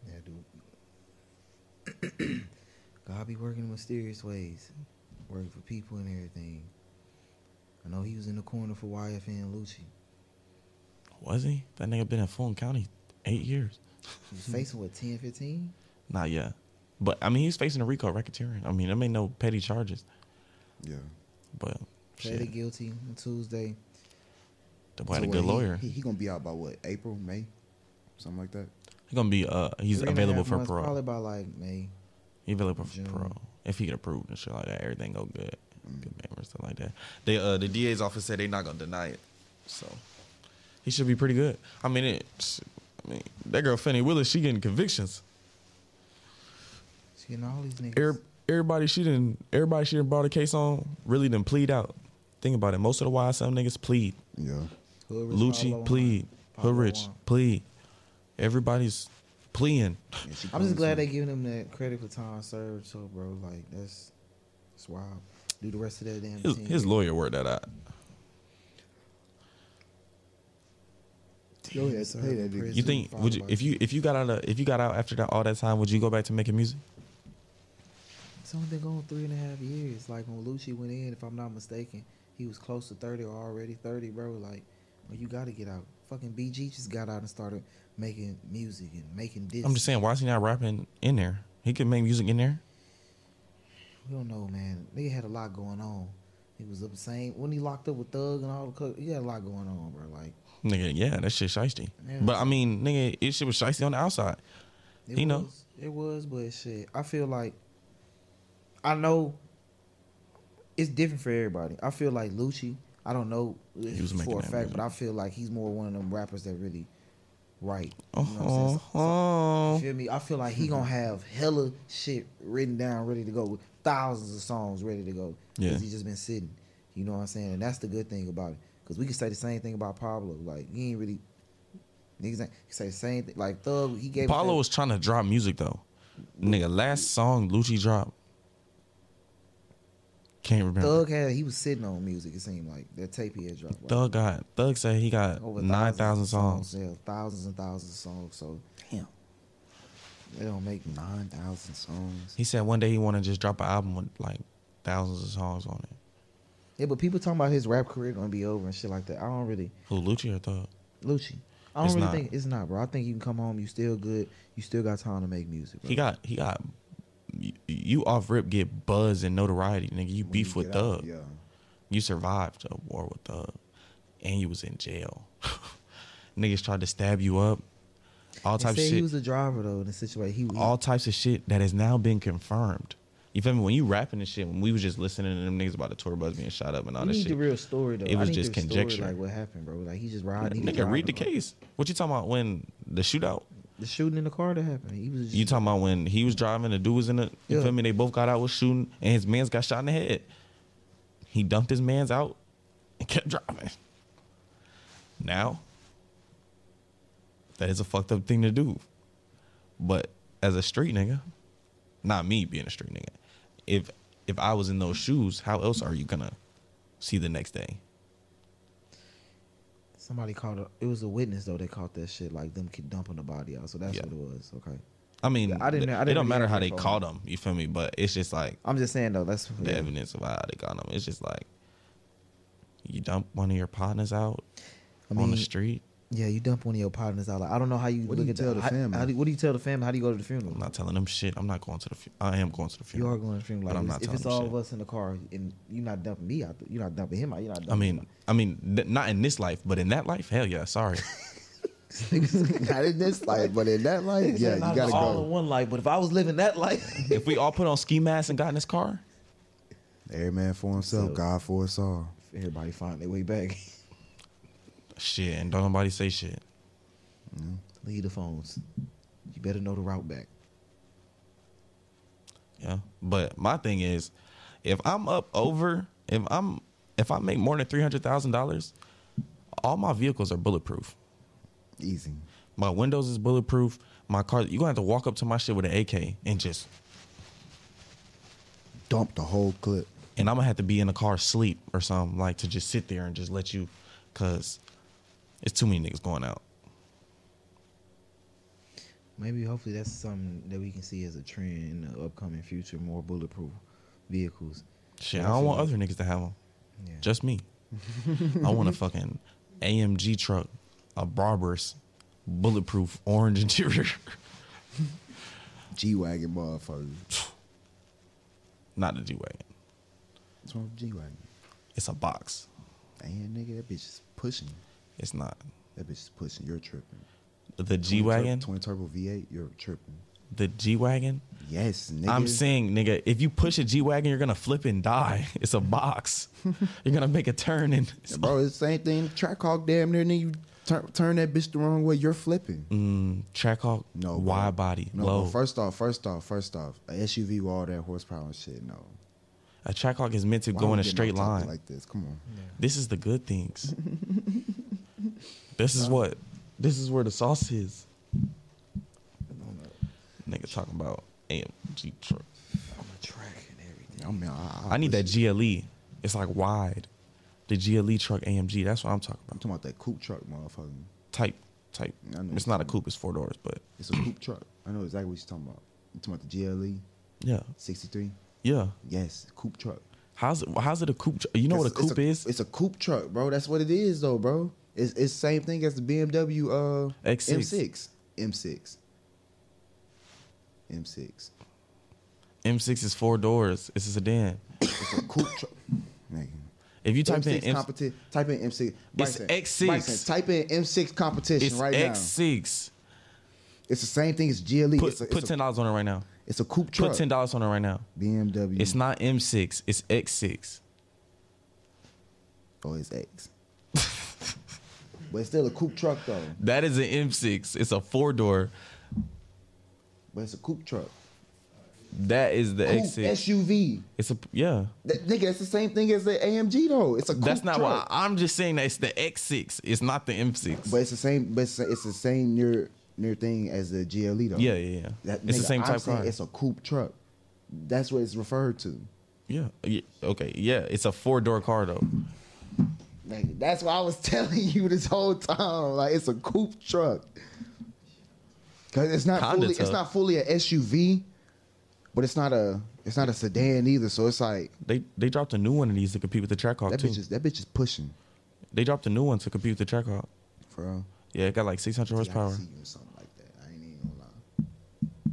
Yeah, dude. God be working in mysterious ways, working for people and everything. I know he was in the corner for YFN Lucci.
Was he? That nigga been in Fulton County eight years.
He
Hmm.
was facing what 10, 15?
Not yet. But I mean, he's facing a RICO racketeering. I mean, there may no petty charges,
Yeah.
but
Pleaded
shit,
guilty on Tuesday.
the boy had a
So
good
what, he-
lawyer.
He, he gonna be out by what? April, May, something like that.
He gonna be uh, he's
Three and a
available
half
for
months,
parole.
Probably by like May.
He available for
June. Mm.
parole if he get approved and shit like that. Everything go good, good man and stuff like that. They uh, the DA's office said they not gonna deny it, so he should be pretty good. I mean, it, I mean that girl Fannie Willis, she getting convictions.
She getting all these niggas.
Every, everybody she didn't, everybody she done brought a case on really didn't plead out. Think about it. Most of the YSL niggas plead.
Yeah.
Hood Rich Pablo
Lucci
Juan.
plead.
Pablo
Hood Rich
Juan.
plead. Everybody's pleading.
And she
I'm just
going
glad
to-
they giving him that credit for time served too, bro. Like that's that's wild. Do the rest of that damn
His,
team.
his lawyer worked that out.
Yo, he had to pay that nigga.
Prison.
You think would you if you if you got out of if you got out after that all that time would you go back to making music?
It's only been going three and a half years. Like when Lucci went in, if I'm not mistaken, he was close to thirty or already thirty, bro. Like Well, you got to get out. Fucking BG just got out and started making music and making this.
I'm just saying, why is he not rapping in there? He could make music in there.
We don't know, man. Nigga had a lot going on. He was up the same when he locked up with Thug and all the. co- He had a lot going on, bro. Like
Nigga, yeah, that shit shiesty.
Yeah.
But I mean, nigga, it shit was shiesty on the outside.
It
He
was,
know.
It was, but shit. I feel like I know it's different for everybody. I feel like Lucci, I don't know if
was making
for a
that
fact,
music.
but I feel like he's more one of them rappers that really write.
Oh,
You know what I'm saying? So-
oh.
you feel me? I feel like he gonna have hella shit written down, ready to go, with thousands of songs ready to go.
Yeah.
he just been sitting. You know what I'm saying? And that's the good thing about it, because we can say the same thing about Pablo. Like he ain't really niggas ain't can say the same thing. Like Thug, he gave us
Paulo
that-
was trying to drop music though. Nigga, last song Lucci dropped. Can't remember. Thug,
Thug had he was sitting on music. It seemed like that tape he had dropped. right?
got Thug said he got
Over
nine thousand songs.
Yeah, thousands and thousands of songs. So
Damn.
they don't make none.
Nine thousand songs.
He said one day he want to just drop an album with like thousands of songs on it.
Yeah, but people talking about his rap career gonna be over and shit like that. I don't really,
Who Lucci or Thug?
Lucci. I don't
It's
really
not.
think it's not, bro. I think you can come home. You still good. You still got time to make music. Bro.
He got he got you, you off rip get buzz and notoriety, nigga. You
When
beef
you
with
get out,
Thug.
Yeah.
You survived a war with Thug, and you was in jail. Niggas tried to stab you up. All
They
type
said
shit.
he was a driver though in the situation. He, he
all types of shit that has now been confirmed. You feel me? When you rapping and shit, when we was just listening to them niggas about the tour bus being shot up and all
we
that
need
shit.
the real story though.
It
I
was
need
just
the story,
conjecture.
like what happened, bro. Like he just
Man,
riding. he was
nigga, read the
driving, bro.
case. What you talking about when the shootout?
The shooting in the car that happened. He was. Just,
You talking about when he was driving, the dude was in the you
Yeah.
feel me? They both got out was shooting and his man's got shot in the head. He dumped his man's out and kept driving. Now that is a fucked up thing to do. But as a street nigga, not me being a street nigga, if if I was in those shoes, how else are you gonna see the next day?
Somebody called a, it was a witness though. They caught that shit like them kid dumping the body out. So that's
Yeah.
what it was. Okay.
I mean,
Yeah, I didn't- I
th- it
didn't
don't
really
matter
have
how they
control.
caught him. You feel me? But it's just like
I'm just saying though. That's
the evidence of how they got him. It's just like you dump one of your partners out
I
on
mean,
the street.
yeah. You dump one of your partners out. Like, I don't know how you
What do
look
you
at
tell
that.
the
How-
family?
How do, what do you tell the family? How do you go to the
I'm
funeral?
not telling them shit. I'm not going to the. Fu- I am going to the
You
funeral.
are going to the funeral.
But
Like,
I'm
if-
not
if
telling
it's
them
all
shit.
of us in the car and you're not dumping me out, you're not dumping him out. You're not. Dumping
I mean, I mean, th- not in this life, but in that life, hell yeah. Sorry,
Not in this life, but in that life, yeah, you gotta
all
go.
in one life. But if I was living that life,
if we all put on ski masks and got in this car,
Every man for himself,
So-
God for us all.
everybody find their way back.
shit, and don't nobody say shit.
Leave the phones. You better know the route back.
Yeah. But my thing is, if I'm up over, if I'm, if I make more than three hundred thousand dollars, all my vehicles are bulletproof.
Easy.
My windows is bulletproof. My car, you gonna have to walk up to my shit with an AK and just
Dump the whole clip.
and I'm gonna have to be in the car sleep or something like to just sit there and just let you, cause it's too many niggas going out.
Maybe hopefully that's something that we can see as a trend in the upcoming future. More bulletproof vehicles.
Shit, I don't want other niggas to have them.
Yeah.
Just me. I want a fucking AMG truck, a Barber's bulletproof orange interior.
G Wagon motherfucker.
Not a G wagon.
What's wrong with G Wagon?
It's a box.
Damn nigga, that bitch is pushing.
It's not
That bitch is pushing. You're tripping.
the G wagon.
Twin turbo V8, you're tripping.
The G wagon.
Yes, nigga.
I'm saying, nigga, if you push a G wagon, you're gonna flip and die. It's a box. you're gonna make a turn and
Yeah, Bro, it's the same thing. Track hawk damn near, and then you turn, turn that bitch the wrong way. You're flipping.
mm, track hawk.
No, bro.
wide body,
No,
low.
bro, first off, first off, first off, a SUV with all that horsepower and shit. No,
A track hawk is meant to
Why
go
we
in a
getting
straight
off topic
line.
like this. Come on,
this is the good things. this is what. This is where the sauce is. Nigga talking about AMG truck.
I'm a track and everything.
I mean, I,
I need that GLE. It's like wide. The GLE truck AMG. That's what I'm talking
I'm
about.
talking about that coupe truck, motherfucker.
Type, type.
I know
It's not a coupe. It's four doors, but
It's a coupe truck. I know exactly what you're talking about. You talking about the GLE
yeah,
63?
yeah.
E Yes, coupe truck.
How's it, how's it a coupe? tr- You know what a
It's- it's
coupe is?
It's a coupe truck, bro. That's what it is, though, bro. It's it's same thing as the BMW uh
X6.
M6, M6, M6.
M6 is four doors. It's a sedan.
It's a coupe truck. Nigga.
If you type
M6
in M,
competition. Type in M6. Bryson,
X6.
Bryson, type in M6 competition
it's
right now.
X6.
It's the same thing as GLE.
Put
it's, a,
put
it's, a,
ten dollars on it right now.
it's a coupe truck.
Put ten dollars on it right now.
BMW.
It's not M6. It's X6.
Oh, it's X. but it's still a coupe truck though.
That is an M6. It's a four door.
But it's a coupe truck.
That is the
Coupe
X6.
SUV.
it's a yeah.
That, nigga, that's the same thing as the AMG though. It's a coupe
That's not why.
truck.
I'm just saying that it's the X6. It's not the M6.
But it's the same. But it's, it's the same near near thing as the GLE though.
yeah, yeah, yeah.
That-
it's the
nigga,
same
I'm
type
saying
car.
It's a coupe truck. That's what it's referred to.
Yeah. yeah. Okay. Yeah. It's a four door car though.
Nigga, that's what I was telling you this whole time. Like it's a coupe truck. Cause it's not
Kinda
fully, it's
tough.
not fully a SUV, but it's not a it's not a sedan either. So it's like
They they dropped a new one of these to compete with the Trackhawk
that
too.
bitch is that bitch is pushing,
They dropped a new one to compete with the Trackhawk.
bro.
Yeah, it got like 600
Yeah, I
horsepower.
see you in something like that. I ain't even gonna lie.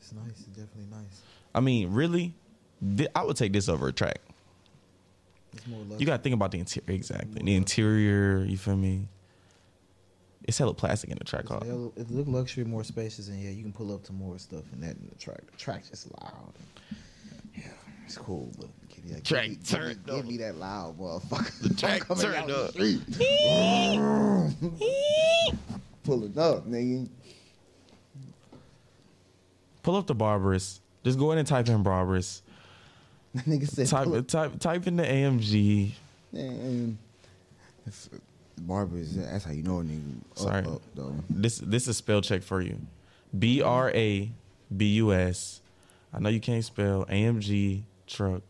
It's nice. It's definitely nice.
I mean, really, Thi- I would take this over a track.
It's more luxury.
You got to think about the interior. Exactly. The interior, you feel me? It's hella plastic in the track
It's
car.
hell- It look luxury, more spacious, and yeah, you can pull up to more stuff and that in the track. The track just loud. Yeah, it's cool, but
Give me that-
Track
give me- give
turned
me- give,
up.
me that loud motherfucker.
The track
I'm coming
turned
out the
up.
street. Pulling up, nigga.
Pull up the Barbarous. Just go in and type in Barbarous.
That nigga said,
Type
pull up.
type type in the AMG.
Man. If- Barbers, that's how you know a nigga. Up,
Sorry.
up, though.
This this is spell check for you. B R A B U S. I know you can't spell AMG truck.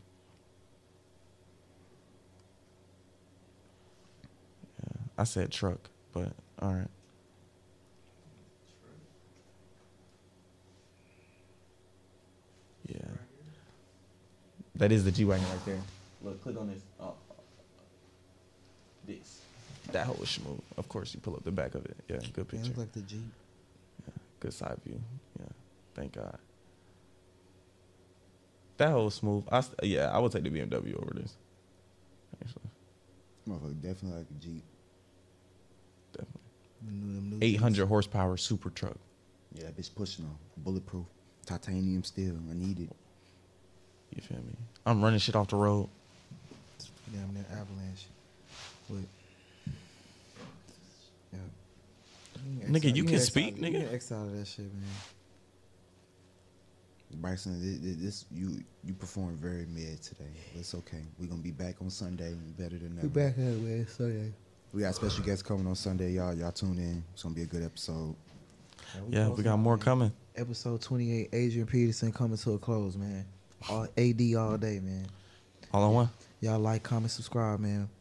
Yeah, I said truck, but all right. Yeah. That is the G wagon right there. Look, click on this. Oh, this. That whole schmoo. Of course, you pull up the back of it. Yeah, good
man,
picture.
look like the Jeep.
Good side view. Yeah. Thank God. That whole smooth. I st- yeah, I would take the BMW over this. Actually,
Motherfucker, definitely like a Jeep.
definitely.
You know them new
Eight
Jeeps.
hundred horsepower super truck.
Yeah, that bitch pushing on. Bulletproof. Titanium steel. I need it.
You feel me? I'm running shit off the road.
Damn near avalanche. But yeah.
Nigga, you can
X out-
speak,
You
nigga?
can X out of that shit, man.
Bryson, thi- thi- this, you you performed very mid today. but It's okay. We're gonna be back on Sunday better than ever.
at it, man. Sunday.
We got special guests coming on Sunday, y'all. Y'all tune in. It's gonna be a good episode.
Yeah, we got more coming.
Episode 28, Adrian Peterson coming to a close, man. All AD all day, man.
All in one.
Y'all like, comment, subscribe, man.